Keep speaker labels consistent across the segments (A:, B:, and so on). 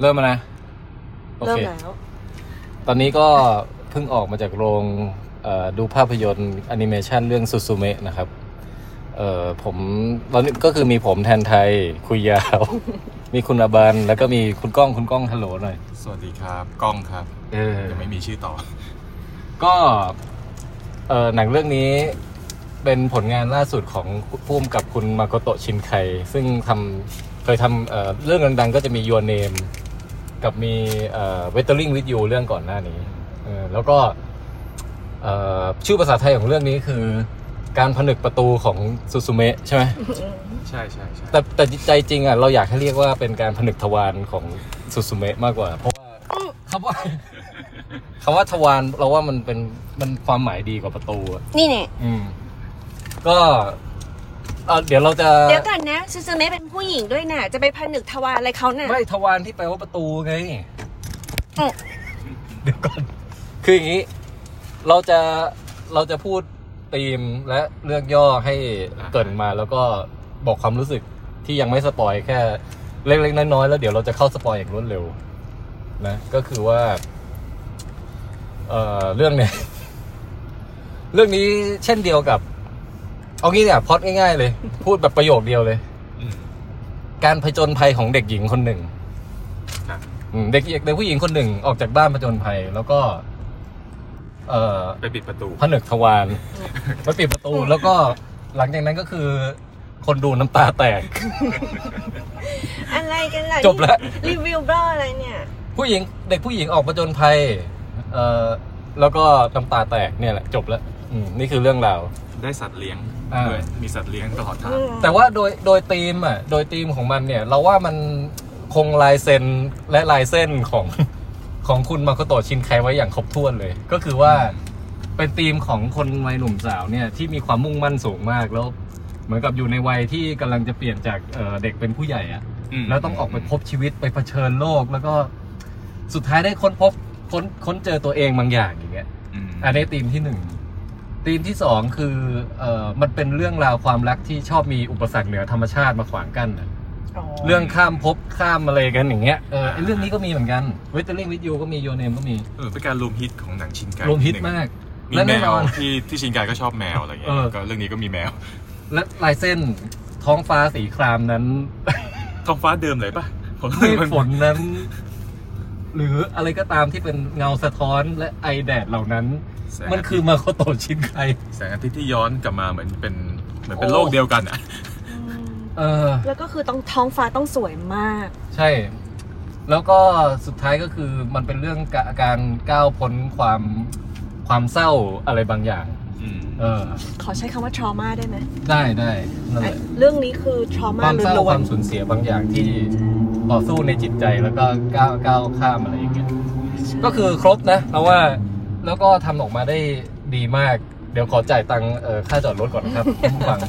A: เริ่มแล้วนะโอ
B: เริ่ม
A: ค
B: แล้ว
A: ตอนนี้ก็เพิ่งออกมาจากโรงเอ่อดูภาพยนตร์แอนิเมชันเรื่องสุสุเมะนะครับ เอ่อผมตอนนี้ก็คือมีผมแทนไทย คุยยาว มีคุณอาบัน แล้วก็มีคุณก้องคุณก้องฮัลโหลหน่อย
C: สวัสดีครับ กล้องครับ
A: เออ
C: ยังไม่มีชื่อต่อ
A: ก็เอ่อหนังเรื่องนี้เป็นผลงานล่าสุดของพุ่มกับคุณมาโกโตะชินไคซึ่งทำเคยทำเอ่อเรื่องดังๆ ก็จะมี Your Name กับมีเอ่อ Weathering with You เรื่องก่อนหน้านี้เออแล้วก็ เอ่อชื่อภาษาไทยของเรื่องนี้คือการผนึกประตูของซูซูเมะใช่ไหม
C: ใช่ใช่ใช่
A: แต่แต่ใจจริงอ่ะเราอยากให้เรียกว่าเป็นการผนึกทวารของซูซูเมะมากกว่า เพราะว่าคำว่าคำว่าทวารเราว่ามันเป็นมันความหมายดีกว่าประตูอ่ะ
B: นี่เนี่ย
A: อืม ก็เอ่อเดี๋ยวเราจะ
B: เดี๋ยวกันนะซูซูเมะเป็นผู้หญิงด้วยน่ะ จะไปผนึกทวารอะไรเขาน่ะ
A: ไม่ทวารที่แปลว่าประตูไง
B: อืม
A: เดี๋ยวก่อนคืออย่างนี้ เราจะเราจะพูดธีมและเลือกย่อให้เกรินมาแล้วก็บอกความรู้สึกที่ยังไม่สปอยแค่ เล็กๆน้อยๆแล้วเดี๋ยวเราจะเข้าสปอยอย่างรวดเร็ว นะ ก็คือว่า เอ่อเรื่องเนี่ย เรื่องนี้เช่นเดียวกับ เอางี้เนี่ยพล็อดง่ายๆเลย พูดแบบประโยคเดียวเลย
C: อืม
A: การผจญภัยของเด็กหญิงคนหนึ่ง
C: ครับ
A: อืมเด็กเด็กเด็กผู้หญิงคนหนึ่งออกจากบ้านผจญภัย แล้วก็ เอ่อ
C: ไปปิดประตู
A: ผนึกทวารไปปิดประตู แล้วก็หลังจากนั้นก็คือ คนดูน้ำตาแตก
B: อะไรกันล่ะ
A: จบละ
B: นี่รีวิวบล้ออะไรเนี่ย
A: ผู้หญิงเด็กผู้หญิงออกผจญภัย เอ่อแล้วก็น้ำตาแตกเนี่ยแหละจบแล้วอืมนี่คือเรื่องราว
C: ได้สัตว์เลี้ยง
A: อ่า
C: ด้วยมีสัตว์เลี้ยงตลอดทาง
B: อืม
A: แต่ว่าโดยโดยธีมอ่ะ โดยธีมของมันเนี่ย เราว่ามันคงลายเซ็นและลายเส้นของของคุณมาโคโตะชินไคไว้อย่างครบถ้วนเลย ก็คือว่า เป็นธีมของคนวัยหนุ่มสาวเนี่ยที่มีความมุ่งมั่นสูงมากแล้ว เหมือนกับอยู่ในวัยที่กำลังจะเปลี่ยนจากเอ่อเด็กเป็นผู้ใหญ่อะ
C: ม
A: แล้วต้องออกไปพบชีวิตไปเผชิญโลก แล้วก็สุดท้ายได้ค้นพบค้นค้นเจอตัวเองบางอย่างอย่างเงี้ย
C: ม
A: อันนี้ธีมที่หนึ่งธีมที่สองคือเอ่อมันเป็นเรื่องราวความรักที่ชอบมีอุปสรรคเหนือธรรมชาติมาขวางกั้นอะเรื่องข้ามภพข้ามอะไรกันอย่างเงี้ยเออไอ้เรื่องนี้ก็มีเหมือนกันเวทเทอร์ลิงวิดยูก็มีโยเนมก็มี
C: เออเป็นการรวมฮิตของหนังชินไการ
A: วมฮิตมาก
C: มี
A: และ
C: แม
A: แน่น
C: ว
A: อน
C: ที่ที่ชินไการก็ชอบแมวอะไรเงี้
A: เอยอ
C: ก็เรื่องนี้ก็มีแมว
A: และลายเส้นท้องฟ้าสีคราม นั้น
C: ท้องฟ้าเดิมเลยปะผม
A: เมฆฝนนั้น หรืออะไรก็ตามที่เป็นเงาสะท้อนและไอแดดเหล่านั้น
C: แสง
A: มันคือมาโคโตะชินไค
C: แสงอาทิตย์ที่ย้อนกลับมาเหมือนเป็นเหมือนเป็น
A: โอ้
C: โลกเดียวกันอ่ะ
B: อืม
A: เออ
B: แล้วก็คือต้องท้องฟ้าต้องสวยมาก
A: ใช่ แล้วก็สุดท้ายก็คือมันเป็นเรื่องกะการก้าวพ้นความความเศร้าอะไรบางอย่าง
C: อืม
A: เออ
B: ขอใช้คำว่า trauma ได้ไหม
A: ได้ได้นั่นแหละ
B: เรื่องนี้คือ trauma
A: ความเศร้า
B: ล้ว
A: คน วามสูญเสียบางอย่างที่ต่อสู้ในจิตใจแล้วก็ก้าวก้าวข้ามอะไรอย่างเงี้ยก็คือครบนะเราว่าแล้วก็ทำออกมาได้ดีมาก เดี๋ยวขอจ่ายตังค์เอ่อค่าจอดรถก่อนนะครับคุณผู้ฟัง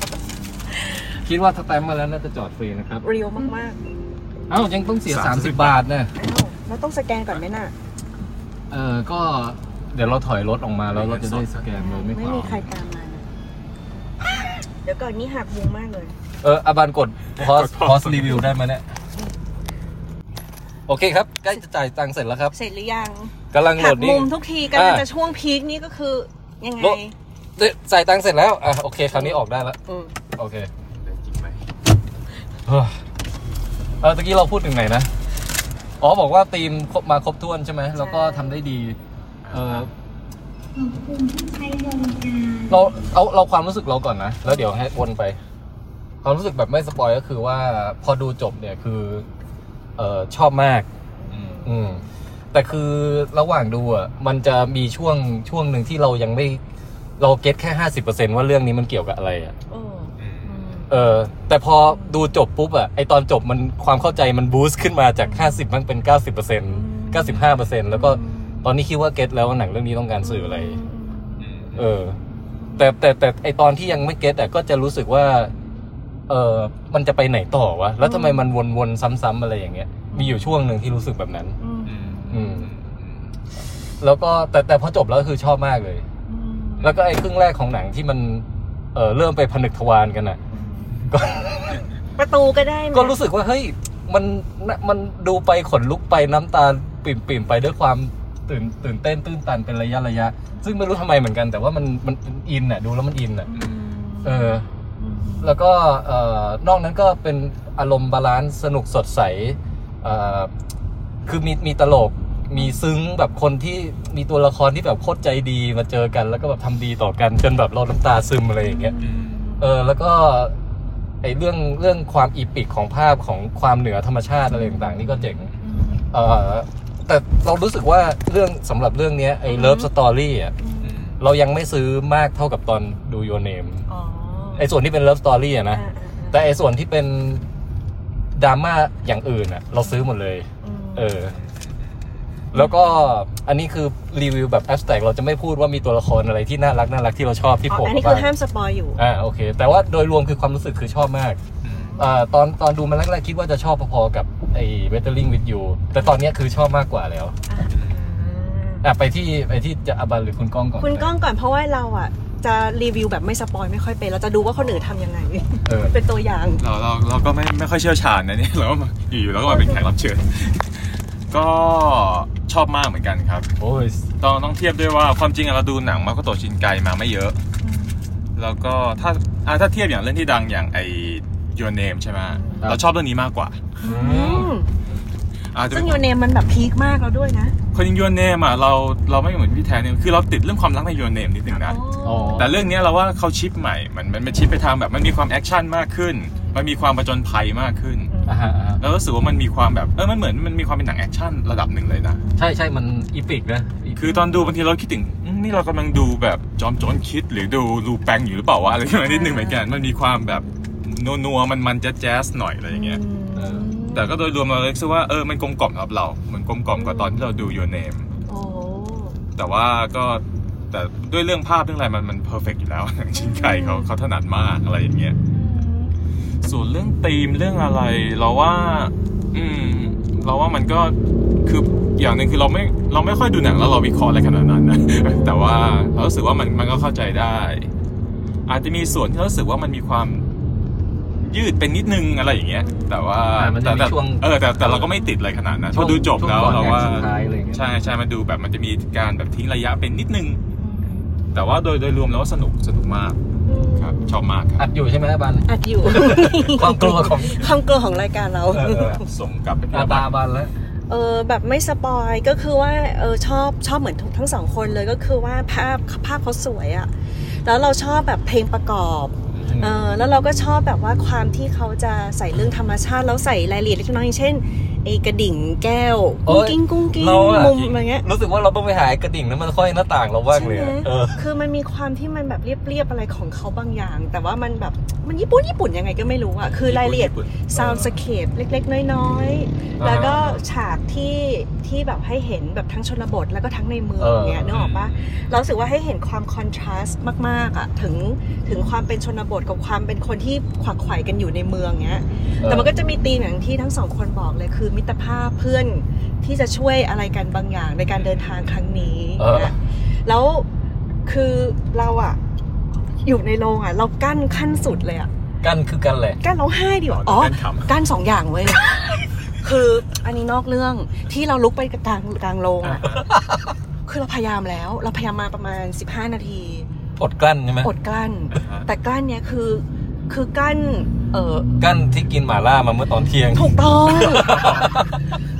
A: คิดว่าถ้าแต้มมาแล้วน่าจะจอดฟรีนะครับ
B: ๆเรียวมาก
A: เอ้ายังต้องเสีย 30 บาทนะ
B: ๆอ้าวแล้วต้องสแกนก่อนไหมน่ะ
A: เออก็เดี๋ยวเราถอยรถออกมาแล้วเราจะได้สแกนเลยไม่
B: ไม่
A: ขวา
B: มีใครตามมา นะเดี๋ยวก่อนนี่หักมุมมากเลย
A: เอออาบานกดพอสพอสรีวิวได้ไหมเนี่ยโอเคครับใกล้จะจ่ายตังค์เสร็จแล้วครับ
B: เสร็จหรือยัง
A: กำลังโหล
B: หั
A: ด
B: ก
A: นี่
B: มุมทุกทีกำลัน
A: อ่ะ
B: จะช่วงพีคนี่ก็คือ ยังไง
A: โล เอ้ยจ่ายตังค์เสร็จแล้ว อ่ะ โอเค คราวนี้ออกได้แล้ว
B: อืม
A: โอเค
C: ได้จริงไหม
A: เฮ้ยเออตะกี้เราพูดถึงไหนนะ อ๋อ บอกว่าธีมครบมาครบถ้วนใช่ไหม แล้วก็ทำได้ดี เออเราเอาเราความรู้สึกเราก่อนนะ แล้วเดี๋ยวให้วนไป ความรู้สึกแบบไม่สปอยก็คือว่าพอดูจบเนี่ยคือ เออชอบมาก
C: อืม
A: อืมแต่คือระหว่างดูอ่ะมันจะมีช่วงช่วงหนึ่งที่เรายังไม่ เราเก็ตแค่ห้าสิบเปอร์เซ็นว่าเรื่องนี้มันเกี่ยวกับอะไรอ่ะ
B: โอ้
C: อืม
B: อืม
A: เออแต่พอดูจบปุ๊บอะไอตอนจบมันความเข้าใจมันบูสต์ขึ้นมาจาก 50 มันเป็น 90% 95%แล้วก็ตอนนี้คิดว่าเก็ตแล้วว่าหนังเรื่องนี้ต้องการสื่ออะไร
C: อืม
A: เออ แต่แต่แต่ไอตอนที่ยังไม่เก็ตอะก็จะรู้สึกว่า เออมันจะไปไหนต่อวะ แล้วทำไมมันวนๆ ซ้ำๆอะไรอย่างเงี้ย มีอยู่ช่วงหนึ่งที่รู้สึกแบบนั้น
B: อืม
C: อืม
A: อืม
C: อืม
A: แล้วก็แต่แต่พอจบแล้วคือชอบมากเลย
B: อืม
A: แล้วก็ไอครึ่งแรกของหนังที่มันเออเริ่มไปผนึกทวารกันอะ
B: ประตูก็ได้ไหม
A: ก็รู้สึกว่าเฮ้ย มันมันดูไปขนลุกไปน้ำตาปิ่มปิ่มไปด้วยความตื่นตื่นเต้นตื้นตันเป็นระยะระยะ ซึ่งไม่รู้ทำไมเหมือนกัน แต่ว่ามันมันอินอ่ะดูแล้วมันอินอ่ะ เออ แล้วก็เอ่อนอกนั้นก็เป็นอารมณ์บาลานซ์สนุกสดใสเอ่อคือมีมีตลก มีซึ้งแบบคนที่มีตัวละครที่แบบโคตรใจดีมาเจอกัน แล้วก็แบบทำดีต่อกันจนแบบเราน้ำตาซึมอะไรอย่างเงี้ย
C: อืม
A: เออแล้วก็ไอเรื่องเรื่องความอีปิกของภาพของความเหนือธรรมชาติอะไรต่างๆ นี่ก็เจ๋งเออแต่เรารู้สึกว่าเรื่องสำหรับเรื่องเนี้ยไอเลิฟสตอรี่อ่ะ
C: อืม
A: เรายังไม่ซื้อมากเท่ากับตอนดูโยเนม
B: อ๋อ
A: ไอส่วนที่เป็นเลิฟสตอรี่อะนะ
B: อ่าอ่าอ่า
A: แต่ไอส่วนที่เป็นดราม่าอย่างอื่นอ่ะ เราซื้อหมดเลย
B: ม
A: เออ แล้วก็อันนี้คือรีวิวแบบแอสแท็กเราจะไม่พูดว่ามีตัวละครอะไรที่น่ารักน่ารักที่เราชอบที่
B: อ๋
A: โผ
B: อ
A: ล่
B: อัน
A: มา
B: นี้คือ
A: บ้าง
B: ห้ามสปอยอยู่
A: อ่าโอเค แต่ว่าโดยรวมคือความรู้สึกคือชอบมาก
C: อืม
A: เอ่อตอนตอนดูมันแรกๆคิดว่าจะชอบพอๆกับไอ้ Battling with You แต่ตอนเนี้ยคือชอบมากกว่าแล้วอ่ะไปที่ไปที่จะอบันหรือคุณก้องก่อน
B: คุณก้องก่อนเพราะว่าเราอ่ะ จะรีวิวแบบไม่สปอยไม่ค่อยเป็น เราจะดูว่าคนอื่นทำยัง ไง
A: เออ
B: เป็นตัวอย่าง
C: เราเราเราก็ไม่ไม่ค่อยเชี่ยวชาญนะเนี่ย เราก็มาอยู่ๆเราก็มาเป็นแขกรับเชิญ ก็ชอบมากเหมือนกันครับ
A: โอ้ย
C: ต้องต้องเทียบด้วยว่าความจริงอะเราดูหนังมาโก็โตะชินไกมาไม่เยอะ แล้วก็ถ้าอ่ะถ้าเทียบอย่างเรื่องที่ดังอย่างไอ Your Name ใช่ไหมเราชอบเรื่องนี้มากกว่า
B: อืม
C: อ่ะจะ
B: ซึ่
C: เป็
B: ง
C: น
B: โยเนมมันแบบพีคมากแล้วด้วยนะ
C: คนยิง Your Name อ่ะเราเราไม่เหมือนพี่แทนเนี่ยคือเราติดเรื่องความรักใน Your Name นิดนึงนะ
B: อ๋อ
C: แต่เรื่องเนี้ยเราว่าเขาชิปใหม่มันมันมันชิปไปทางแบบมันมีความแอคชั่นมากขึ้น มันมีความประจนภัยมากขึ้น
A: อ่าฮะอ่าฮะ
C: แล้วรู้สึกว่ามันมีความแบบเออมันเหมือนมันมีความเป็นหนังแอคชั่นระดับหนึ่งเลยนะ
A: ใช่ใช่มันอีพิกนะ epic
C: คือตอนดูบางทีเราคิดถึงอืมนี่เรากำลังดูแบบจอมโจรคิดหรือดูรูแปงอยู่หรือเปล่าวะอะไรประมาณนิดนึงเหมือนกันมันมีความแบบนัวๆมันมันจะแจ๊สหน่อยอะไรอย่างเงี้ย
A: เออ
C: แต่ก็โดยรวมเราเลยรู้สึกว่าเออมันกลมกล่อมสำหรับเราเหมือนกลมกล่อมกว่าตอนที่เราดู Your Name
B: โอ้
C: แต่ว่าก็แต่ด้วยเรื่องภาพเรื่องอะไรมันมันเพอร์เฟกอยู่แล้ว ชินไคเขาเขาถนัดมากอะไรอย่างเงี้ย ส่วนเรื่องธีมเรื่องอะไรเราว่า อืม เราว่ามันก็คืออย่างหนึ่งคือเราไม่เราไม่ค่อยดูหนังแล้วเราวิเคราะห์อะไรขนาดนั้นนะ แต่ว่าเรารู้สึกว่ามันมันก็เข้าใจได้ อาจจะมีส่วนที่เรารู้สึกว่ามันมีความยืดเป็นนิดนึงอะไรอย่างเงี้ย แต่ว่า
A: อ่ามันจะ
C: แต่
A: มี
C: แต่
A: ช่วง
C: เออแต่แต่เราก็ไม่ติดอะไรขนาดนั้นพอดูจบแล้ว
A: ช่ก่อน
C: เราว่า
A: แอคสุดท้ายอะไรอย่างเงี้ย
C: ใช่ใช่มันดูแบบมันจะมีการแบบทิ้งระยะเป็นนิดนึง แต่ว่าโดยโดยรวมแล้วว่าสนุกสนุกมากครับ ชอบมากค
A: อั
C: รับ
A: ดอยู่ใช่ไหมอบัน
B: อัดอยู่
A: ความกลัวของ
B: ความกลัวของรายการเรา
A: เออเออ
C: ส่งกลับไปที่
A: อา
C: ระ
A: ตา
C: บาด
A: บันแล้ว
B: เออแบบไม่สปอยก็คือว่าเออชอบชอบเหมือนทุกทั้งสองคนเลยก็คือว่าภาพภาพเขาสวยอะแล้วเราชอบแบบเพลงประกอบเออแล้วเราก็ชอบแบบว่าความที่เขาจะใส่เรื่องธรรมชาติ แล้วใส่รายละเอียดเล็กน้อยอย่างเช่นไอ้กระดิ่งแก้ว
A: เอ้ย
B: กุ้งกิ้งกุ้งกิ้ง
A: เราอะ
B: มุมอะไรเงี้ย
A: รู้สึกว่าเราต้องไปหากระดิ่งนั้นมันค่อยหน้าต่างเราบ้าง
B: ใช่
A: เลย
B: ไหม
A: อะเออ
B: คือมันมีความที่มันแบบเรียบๆอะไรของเขาบางอย่าง แต่ว่ามันแบบมันญี่ปุ่นญี่ปุ่นยังไงก็ไม่รู้อะคือรายละเอียด ซาวด์สเคปเล็กๆ น้อยๆ
C: อ่า
B: แล้วก็ฉากที่ที่แบบให้เห็นแบบทั้งชนบทแล้วก็ทั้งในเมือง
A: เออ
B: เนี้ยนึกออกปะเรารู้สึกว่าให้เห็นความคอนทราสต์มากๆอะถึงถึงความเป็นชนบทกับความเป็นคนที่ขวักไขว่กันอยู่ในเมืองเนี้ย แต่มันก็จะมีธีมอย่างที่ทั้งสองคนบอกเลยคือ มิตรภาพเพื่อนที่จะช่วยอะไรกันบางอย่างในการเดินทางครั้งนี้
A: เออ
B: นะแล้วคือเราอะอยู่ในโรงอะเรากั้นขั้นสุดเลยอะ
A: กันคือกันแหละ
B: กั้นร้องไห้ดีกว่าอ๋อ กั้นสองอย่างเว้ย คืออันนี้นอกเรื่องที่เราลุกไปกลางกลางโรงอะ คือเราพยายามแล้ว เราพยายามมาประมาณ 15 นาที
A: อดกลั้นใช่ไหม
B: อดกลั้น แต่กลั้นเนี้ยคือ คือกั้น เออก
A: ลั้นที่กินหม่าล่ามาเมื่อตอนเที่ยง
B: ถูกต้อง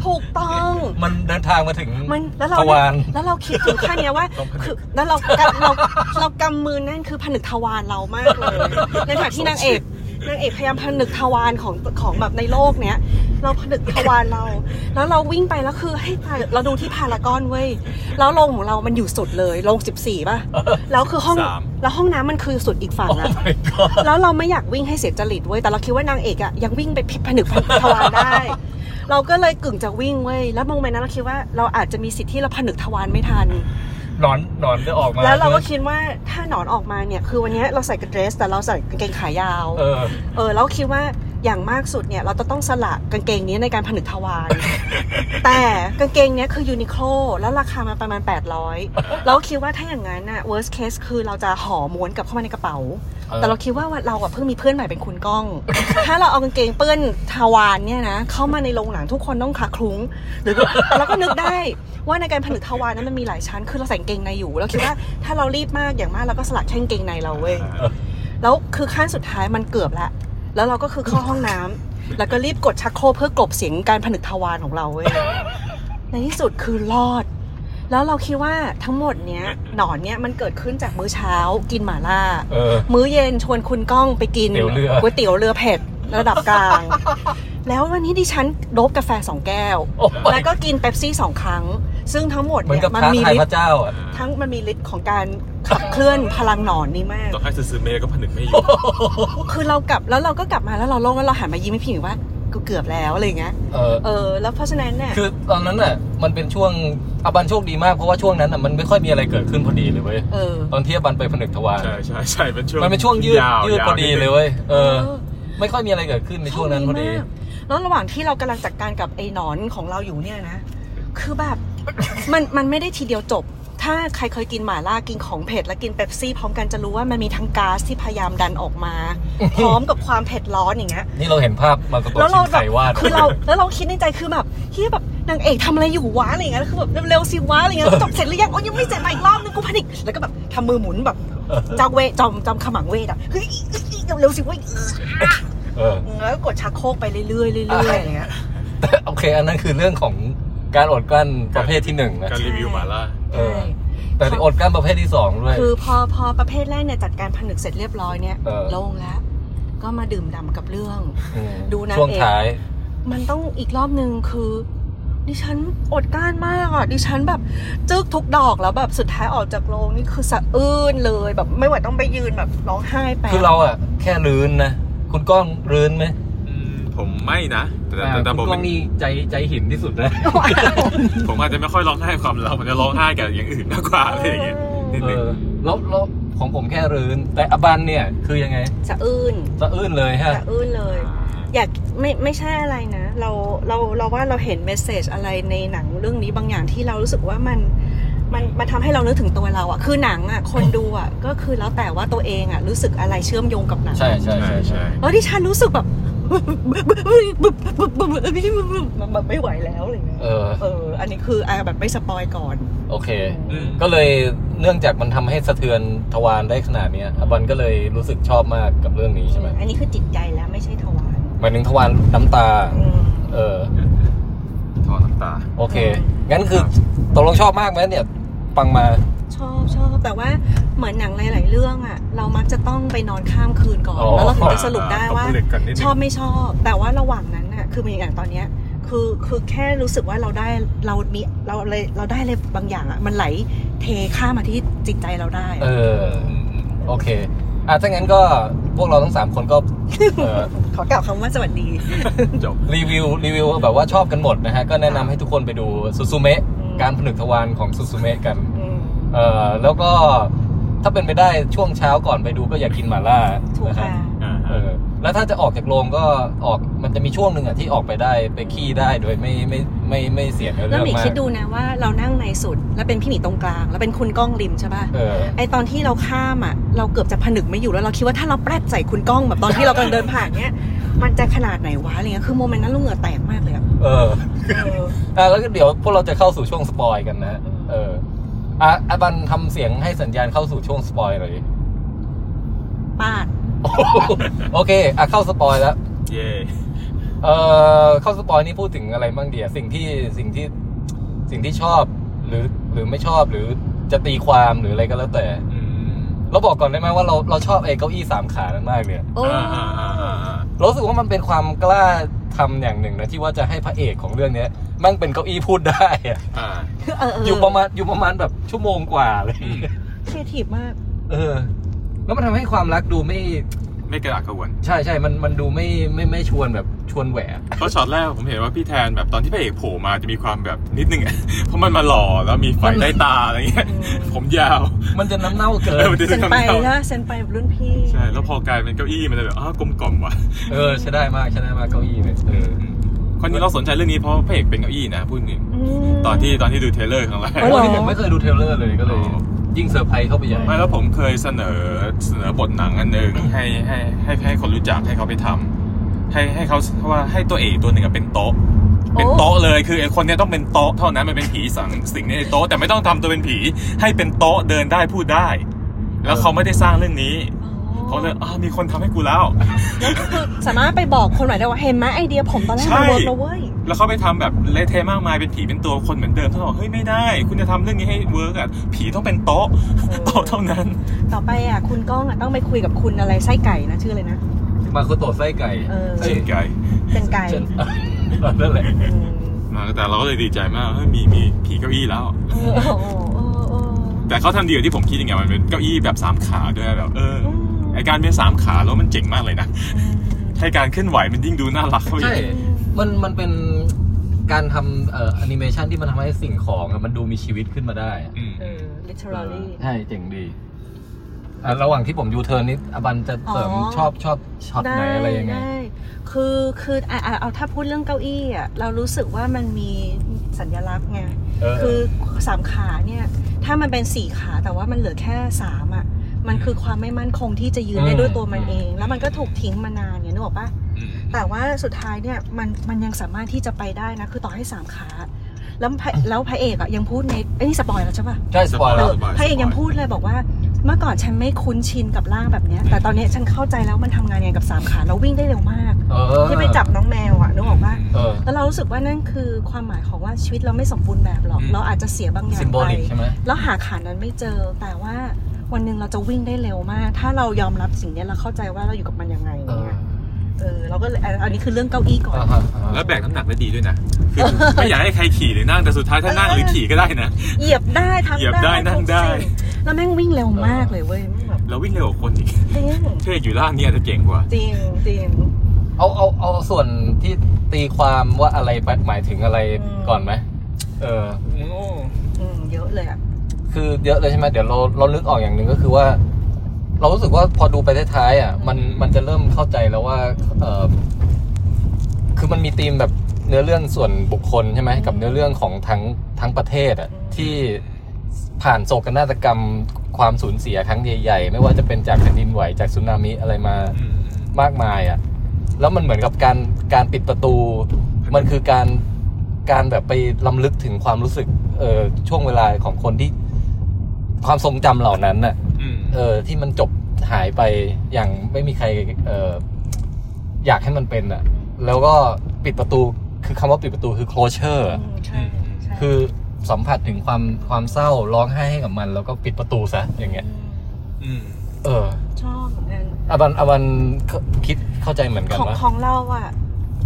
B: ถูกต้อง
A: มันเดินทางมาถึง
B: มันแล้วเรา
A: ทวาร
B: แล้วเราคิดถึงขั้นเนี้ยว่า
C: ต้องผนึก
B: คือแล้วเรากำเราเรากำมือนั่นคือผนึกทวารเรามากเลย ในขณะที่นางเอกนางเอกพยายามผนึกทวารของของแบบในโลกเนี้ย เราผนึกทวารเรา แล้วเราวิ่งไปแล้วคือให้ยตายเราดูที่พารากอนเว้ยแล้วโรงของเรามันอยู่สุดเลยโรง14ป่ะแล้วคือห้อง
C: สาม
B: แล้วห้องน้ำมันคือสุดอีกฝั่ง
A: โอ้
B: นะ
A: my god
B: แล้วเราไม่อยากวิ่งให้เสียจริตเว้ย แต่เราคิดว่านางเอกอะยังวิ่งไปพิผนึกทวารได้ เราก็เลยกึ่งจะวิ่งเว้ย แล้วโมเมนต์นั้นเราคิดว่าเราอาจจะมีสิทธิ์ที่เราผนึกทวารไม่ทัน
A: หนอนหนอนจะออกมา
B: แล้วเราก็
A: ใช่ไหม
B: คิดว่าถ้าหนอนออกมาเนี่ย คือวันเนี้ยเราใส่กระเดรส แต่เราใส่กางเกงขายาว
A: เออ
B: เออเราคิดว่าอย่างมากสุดเนี่ย เราจะต้องสละกางเกงนี้ในการผนึกทวาร แต่กางเกงเนี้ยคือยูนิโคลแล้วราคามันประมาณ 800 เราคิดว่าถ้าอย่างนั้นอะ worst case คือเราจะห่อม้วนกลับเข้ามาในกระเป๋า
A: เออ
B: แต่เราคิดว่าเราอะเพิ่งมีเพื่อนใหม่เป็นคุณก้อง ถ้าเราเอากางเกงเปื้อนทาวานเนี่ยนะเข้ามาในโรงหนังทุกคนต้องขาคลุ้ง หรือแต่เราก็ นึกได้ว่าในการผนึกทวารนั้นมันมีหลายชั้นคือเราใส่กางเกงในอยู่เราคิดว่าถ้าเรารีบมากอย่างมากเราก็สลัดแค่กางเกงในเราเว้ย แล้วคือขั้นสุดท้ายมันเกือบละ แล้วเราก็คือเข้าห้องน้ำ แล้วก็รีบกดชักโครกเพื่อกลบเสียงการผนึกทวารของเราเว้ย ในที่สุดคือรอด แล้วเราคิดว่าทั้งหมดเนี้ยหนอนเนี้ยมันเกิดขึ้นจากมื้อเช้ากินหมาล่า
A: เออ
B: มื้อเย็นชวนคุณก้องไปกิน
A: เตี๋ยวเรือ
B: ก๋วยเตี๋ยวเรือเผ็ดระดับกลาง แล้ววันนี้ดิฉันโดบกาแฟสองแก้ว
A: โอ้ย
B: แล้วก็กินเป๊ปซี่สองครั้ง ซึ่งทั้งหมด
A: เหมือน
B: เนี่ย
A: กับ
B: มัน
A: ท้า
B: มี
A: ทาย
B: ฤท
A: พระ
B: ธิ์
A: เจ้าอ่ะ
B: ทั้งมันมีฤทธิ์ของการขับเคลื่อนพลังหนอนนี้มาก
C: ต่อให้ซื้อเมย์ก็ผนึกไม่อยู่
B: คือเรากลับแล้วเราก็กลับมาแล้วเราโล่งแล้วเราหันมายิ้มให้พี่หมิวว่ากูเกือบแล้วอะไรอย่างเงี้ย
A: เออ
B: เออแล้วเพราะฉะนั้นเนี่ย
A: คือตอนนั้นน่ะ มันเป็นช่วงอาบันโชคดีมากเพราะว่าช่วงนั้นน่ะมันไม่ค่อยมีอะไรเกิดขึ้นพอดีเลยเว้ย
B: เออ
A: ตอนที่อาบันไปผนึกทวาร
C: ใช่ใช่ใช่เป็นช่วง
A: มันเป็นช่วงยืด
C: าว
A: ยืด
C: าว
A: พอดีเลยเว้ย เออ
B: เออ
A: ไม่ค่อยมีอะไรเกิดขึ้นในช่วงนั้นพอดี
B: โชคมากแล้วระหว่างที่เรากำลังจัดการกับไอ้หนอนของเราอยู่เนี่ยนะ คือแบบ มันมันไม่ได้ทีเดียวจบ ถ้าใครเคยกินหม่าล่ากินของเผ็ดและกินเป๊ปซี่พร้อมกันจะรู้ว่ามันมีทั้งก๊าซที่พยายามดันออกมา พร้อมกับความเผ็ดร้อนอย่างเงี้ย
A: นี่เราเห็นภาพมากระตุก
B: แล้ว
A: ชิ
B: เรา
A: น
B: แบ
A: ไก่
B: บ
A: วาด
B: คือเราแล้วเราคิดในใจคือแบบเฮียแบบนางเอกทำอะไรอยู่วะอะไรอย่างเงี้ยแล้วคือแบบเร็วๆสิวะอะไรเงี้ยแล้วจบเสร็จหรือยังโอ้ยยังไม่เสร็จมาอีกรอบนึงกูแพนิคแล้วก็แบบทำมือหมุน แบบจอกเวจอมจอมขมังเวทอ่ะเฮ้ยเฮ้ยเฮ้ยเร็วๆสิเว้ย
A: เออ
B: แล้วก็กดชักโครกไปเรื่อยๆเรื่อยๆอะไรเงี้ย
A: แต่โอเค อันนั้นคือเรื่องของการอดกลั้นประเภทที่หนึ่งนะ
C: การรีวิวหมาล่า
A: เออ แต่อดกลั้นประเภทที่สองด้วย
B: คือพอพอประเภทแรกเนี่ยจัดการผนึกเสร็จเรียบร้อยเนี่ย
A: เออ
B: โล่งแล้วก็มาดื่มด่ำกับเรื่อง
A: ม
B: ดูนะ
A: ช่วง
B: เอก
A: ท้าย
B: มันต้องอีกรอบนึงคือ ดิฉันอดกลั้นมากอ่ะดิฉันแบบจึกทุกดอกแล้วแบบสุดท้ายออกจากโรงนี่คือสะอื้นเลยแบบไม่ไหวต้องไปยืนแบบร้องไห้ไป
A: คือเราอ่ะ แค่รื้นนะ คุณก้องรื้นไหม
C: อืมผมไม่นะ แต่แต่
A: อ่า
C: แต่ผ
A: คุ
C: ม
A: ณก้องนี่ใจใจหินที่สุดนะ
C: ผมอาจจะไม่ค่อยร้องไห้ความเราผมจะร้องไห้กับอย่างอื่นมากกว่าอะไรอย่างเงี้ย นิด
A: เอ
C: นึง
A: อแล้วแล้วของผมแค่รื้น แต่อบันเนี่ย คือยังไง
B: สะอื้น
A: สะอื้นเลยฮะ
B: สะอื้นเลย อยากไม่ไม่ใช่อะไรนะ เราเราเราว่าเราเห็นเมสเซจอะไรในหนังเรื่องนี้บางอย่างที่เรารู้สึกว่ามันมันมันทำให้เรานึกถึงตัวเราอะคือหนังอะคนดูอะก็คือแล้วแต่ว่าตัวเองอะรู้สึกอะไรเชื่อมโยงกับหนัง
A: ใช่ใช่ใช่
C: ใช่
A: ใช่
C: ใช่
B: แล้วดิฉันรู้สึกแบบมันไม่ไหวแล้วอะไรเงี้ย
A: เออ
B: เออ อันนี้คืออ่าแบบไม่สปอยก่อน
A: โอเค
C: อืม
A: ก็เลยเนื่องจากมันทำให้สะเทือนทวารได้ขนาดเนี้ยอบันก็เลยรู้สึกชอบมากกับเรื่องนี้ใช่ไหม
B: อันนี้คือจิตใจแล้วไม่ใช่ทวาร
A: หมายถึงทวารน้ำตา
B: อืม
A: เออ
C: ถอนน้ำตา
A: โอเค งั้นคือตกลงชอบมากไหมเนี่ย ฟังมา
B: ชอบชอบแต่ว่าเหมือนหนังหลาย ๆ เรื่องอะเรามักจะต้องไปนอนข้ามคืนก่อน
A: อ๋อ
B: แล้วเราถึงจะสรุปได้ว่า
C: ต้องผนึกกันนิดนึง
B: ชอบไม่ชอบ แต่ว่าระหว่างนั้นอะคือมันอย่างตอนเนี้ย คือคือแค่รู้สึกว่าเราได้เรามีเราเลยเราได้อะไรบางอย่างอะมันไหลเทข้ามมาที่จิตใจเราได้อะ
A: เออ โอเค อ่ะถ้างั้นก็พวกเราทั้งสามคนก็ เอ่อ
B: ขอกล่าวคำว่าสวัสดี
C: จบ
A: รีวิวรีวิวแบบว่าชอบกันหมดนะฮะ ก็แนะนำให้ทุกคนไปดูซูซูเมะ
B: อืม
A: การผนึกทวารของซูซูเมะกัน
B: อืม
A: เอ่อ แล้วก็ถ้าเป็นไปได้ช่วงเช้าก่อนไปดูก็อย่ากินหมาล่า
B: ถูก
A: นะฮะ
B: ค่ะ
C: อ่า
A: เออแล้วถ้าจะออกจากโรงก็ออกมันจะมีช่วงหนึ่งอ่ะที่ออกไปได้ไปขี้ได้โดยไม่ไม่ไม่ไม่ไม่เสียเนื้อ
B: แล้ว
A: เรื่อง
B: หมี
A: มาก
B: คิดดูนะว่าเรานั่งในสุด แล้วเป็นพี่หมีตรงกลาง แล้วเป็นคุณก้องริมใช่ป่ะ
A: เออ
B: ไอตอนที่เราข้ามอ่ะ เราเกือบจะผนึกไม่อยู่แล้วเราคิดว่าถ้าเราแปรดใส่คุณก้องแบบตอนที่เรากำลังเดินผ่านเนี้ย มันจะขนาดไหนวะอะไรเงี้ย คือโมเมนต์นั้นลุงเหงื่อแตกมากเลยอะ
A: เออ
B: เออ
A: อ่ะแล้วก็เดี๋ยวพวกเราจะเข้าสู่ช่วงสปอยกันนะ เออ อ่ะอาบันทำเสียงให้สัญญาณเข้าสู่ช่วงสปอยเลยดิ
B: ปาด
A: โอเค อ่ะเข้าสปอยแล้ว
C: เย่
A: เอ่อเข้าสปอยนี่พูดถึงอะไรบ้างเดียสิ่งที่สิ่งที่สิ่งที่ชอบหรือหรือไม่ชอบหรือจะตีความหรืออะไรก็แล้วแต่
C: อืม
A: เราบอกก่อนได้ไหมว่าเราเราชอบไอ้เก้าอี้สามขานั้นมากเลยอะ
B: โอ้
C: อ่าอ่าอ่าอ่าอ่า
A: เรารู้สึกว่ามันเป็นความกล้าทำอย่างหนึ่งนะที่ว่าจะให้พระเอกของเรื่องเนี้ยแมั่งเป็นเก้าอี้พูดได้อะ
C: อ่า
B: เออเออ
A: อยู่ประมาณอยู่ประมาณแบบชั่วโมงกว่าเลย
C: อืม
B: ครีเอทีฟมาก
A: เออ แล้วมันทำให้ความรักดูไม่
C: ไม่กระอักกระอ่วน
A: ใช่ใช่มันมันดูไม่ไม่ไม่ชวนแบบชวนแหวะ
C: เพราะช็อตแรกผมเห็นว่าพี่แทนแบบตอนที่พระเอกโผล่มาจะมีความแบบนิดนึงอะ เพราะมันมาหล่อแล้วมีไฟใต้ตาอะไรเงี้ย ผมยาว
A: มันจะน้ำเน่าเกิ
C: แล้ว
A: น
C: มันจะ
B: เซนไป
C: ทำให้เรา
B: นะเซนไปแบบรุ่นพี่
C: ใช่ แล้วพอกลายเป็นเก้าอี้มันเลยแบบอ้าวกลมกล่อมว่ะ
A: เออใช่ได้มากใช่ได้มากเก้าอี้เนี่ยเออ
C: คนนี้เราสนใจเรื่องนี้เพราะพระเอกเป็นเก้าอี้นะพูดจริง
B: อืม
C: ตอนที่ตอนที่ดูเทรลเลอร์ครั้งแรก
B: อ๋อเหรอ
A: นี่ผมไม่เคยดูเทรลเลอร์เลยก็เลย ยิ่งเซอร์ไพรส์เข้าไปใหญ่
C: ไม่แล้วผมเคยเสนอเสนอบทหนังอันหนึ่งให้ให้ให้ให้คนรู้จักให้เขาไปทำให้ให้เขาว่าให้ตัวเอกตัวหนึ่งอะเป็นโต๊ะ เป็นโต๊ะเลยคือไอคนเนี้ยต้องเป็นโต๊ะเท่านั้นมันเป็นผีสังสิงในโต๊ะแต่ไม่ต้องทำตัวเป็นผี ให้เป็นโต๊ะเดินได้พูดได้ แล้วเขาไม่ได้สร้างเรื่องนี้เขาเลยอ้าวมีคนทำให้กูแล้ว
B: คือสามารถไปบอกคนหมายได้ว่าเห็นไหมไอเดียผมตอนแรก
C: ใช่
B: มันเวิร์กนะเว้ย
C: แล้วเขาไปทำแบบเละเทะมากมายเป็นผีเป็นตัวคนเหมือนเดิมเขาบอกเฮ้ยไม่ได้ คุณจะทำเรื่องนี้ให้เวิร์กอะผีต้องเป็นโต๊ะโต๊ะเท่านั้น
B: ต่อไปอ่ะคุณก้องอ่ะต้องไปคุยกับคุณอะไรไส้ไก่นะชื่ออะไรนะ
A: มาคุโตะไส้ไก่
B: เออ
A: ไส้
C: ไกล
B: เป็นไก่
A: เช่น นั่นแหละ
B: อืม
C: มาแต่เราก็เลยดีใจมากเฮ้ยมีมีผีเก้าอี้แล้ว
B: เออโอ้โหเออเออ
C: แต่เขาทำดีกว่าที่ผมคิดยังไงมันเป็นเก้าอี้แบบสามขาด้วยแบบเออ
B: อืม
C: ไอการเป็นสามขาแล้วมันเจ๋งมากเลยนะให้การเคลื่อนไหวมันยิ่งดูน่ารักเข้าไป
A: ใช่
C: อีก
A: มันมันเป็นการทำเอ่อแอนิเมชันที่มันทำให้สิ่งของอะมันดูมีชีวิตขึ้นมาได้อะ
C: อืม
B: เออ literally
A: ใช่เจ๋งดีอ่ะระหว่างที่ผมยูเทิร์นนี่อบันจะเสริม
B: อ๋อ
A: ชอบชอบช็อตไหนอะไรยังไง
B: ด้ด้คือคืออ่ะอ่ะเอาถ้าพูดเรื่องเก้าอี้อ่ะเรารู้สึกว่ามันมีสัญลักษณ์ไง
A: เออ
B: คือสามขาเนี่ย ถ้ามันเป็นสี่ขาแต่ว่ามันเหลือแค่สามอ่ะ มันคือความไม่มั่นคงที่จะยืนได้
A: อืม
B: ด้วยตัวมันเอง แล้วมันก็ถูกทิ้งมานานเนี่ยนึกออกปะ
C: อืม
B: แต่ว่าสุดท้ายเนี่ยมันมันยังสามารถที่จะไปได้นะ คือต่อให้สามขา แล้วพระแล้วพระเอกอ่ะยังพูดในไอ้ยนี่สปอยแล้วใช่ปะ
A: ใช่สปอยล์แล้ว
C: สบา
B: พระเอกยังพูดเลยบอกว่า เมื่อก่อนฉันไม่คุ้นชินกับร่างแบบเนี้ย แต่ตอนเนี้ยฉันเข้าใจแล้วมันทำงานยังไงกับสามขาแล้ววิ่งได้เร็วมาก
A: เออ
B: ที่ไปจับน้องแมวอ่ะนึกออกปะ
A: เออ
B: แล้วเรารู้สึกว่านั่นคือความหมายของว่าชีวิตเราไม่สมบูรณ์แบบหรอก เราอาจจะเสียบางอย่า
A: ซิ
B: ง
A: มโบ
B: ไป
A: ลิกใช่ไหม
B: แล้วหาขานั้นไม่เจอ แต่ว่าวันหนึ่งเราจะวิ่งได้เร็วมาก ถ้าเรายอมรับสิ่งเนี้ยเราเข้าใจว่าเราอยู่กับมันยังไง
A: เออ
B: เนี่ยเออเราก็เลยอันอันนี้คือเรื่องเก้าอี้ก่อน
A: อ่าฮะอ่าฮะ
C: แล้วแบกน้ำหนักได้ดีด้วยนะคือไม่อยากให้ใครขี่หรือนั่งแต่สุดท้ายถ้านั่งหรือขี่ก็ได้นะ
B: เหยียบได้ทั้ง
C: เหยียบได้นั่งได้
B: ทุกสิ่แล้วแม่งวิ่งเร็วมากเลยเว้ยแม่งแบบ
C: เราวิ่งเร็วกว่าคนอีก
B: เท่
C: เทพอยู่ล่างเนี่ยจะเก่งกว่า
B: จริงจริง
A: เอาเอาเอาส่วนที่ตีความว่าอะไรหมายถึงอะไร
B: อืม
A: ก่อนไหมเออ
B: อืมเยอะเลยอ่ะ
A: คือเยอะเลยใช่ไหมเดี๋ยวเราเรานึกออกอย่างหนึ่งก็คือว่า เรารู้สึกว่าพอดูไปท้ายๆอ่ะ มันมันจะเริ่มเข้าใจแล้วว่าเออคือมันมีธีมแบบเนื้อเรื่องส่วนบุคคลใช่ไหมกับเนื้อเรื่องของทั้งทั้งประเทศอ่ะ
B: อืม
A: ที่ผ่านโศกนาฏกรรมความสูญเสียครั้งใหญ่ๆ ไม่ว่าจะเป็นจากแผ่นดินไหวจากสึนามิอะไรมา มากมายอะ่ะ แล้วมันเหมือนกับการการปิดประตู มันคือการการแบบไปลํำลึกถึงความรู้สึก เออช่วงเวลาของคนที่ ความทรงจำเหล่านั้นน่ะ
C: อืม
A: เออ ที่มันจบหายไปอย่างไม่มีใคร เอออยากให้มันเป็นอ่ะ แล้วก็ปิดประตูคือคำว่าปิดประตูคือ closure
B: อื
A: อะ
B: มใช่ใช่
A: คือสัมผัสถึงความความเศร้าร้องไห้ให้กับมัน แล้วก็ปิดประตูซะอย่างเงี้ย
C: อืม
A: เออ
B: ชอบเหมือนกัน
A: อบันอบันเข้าคิดเข้าใจเหมือนกัน
B: ของ
A: ปะ
B: ของเราอ่ะ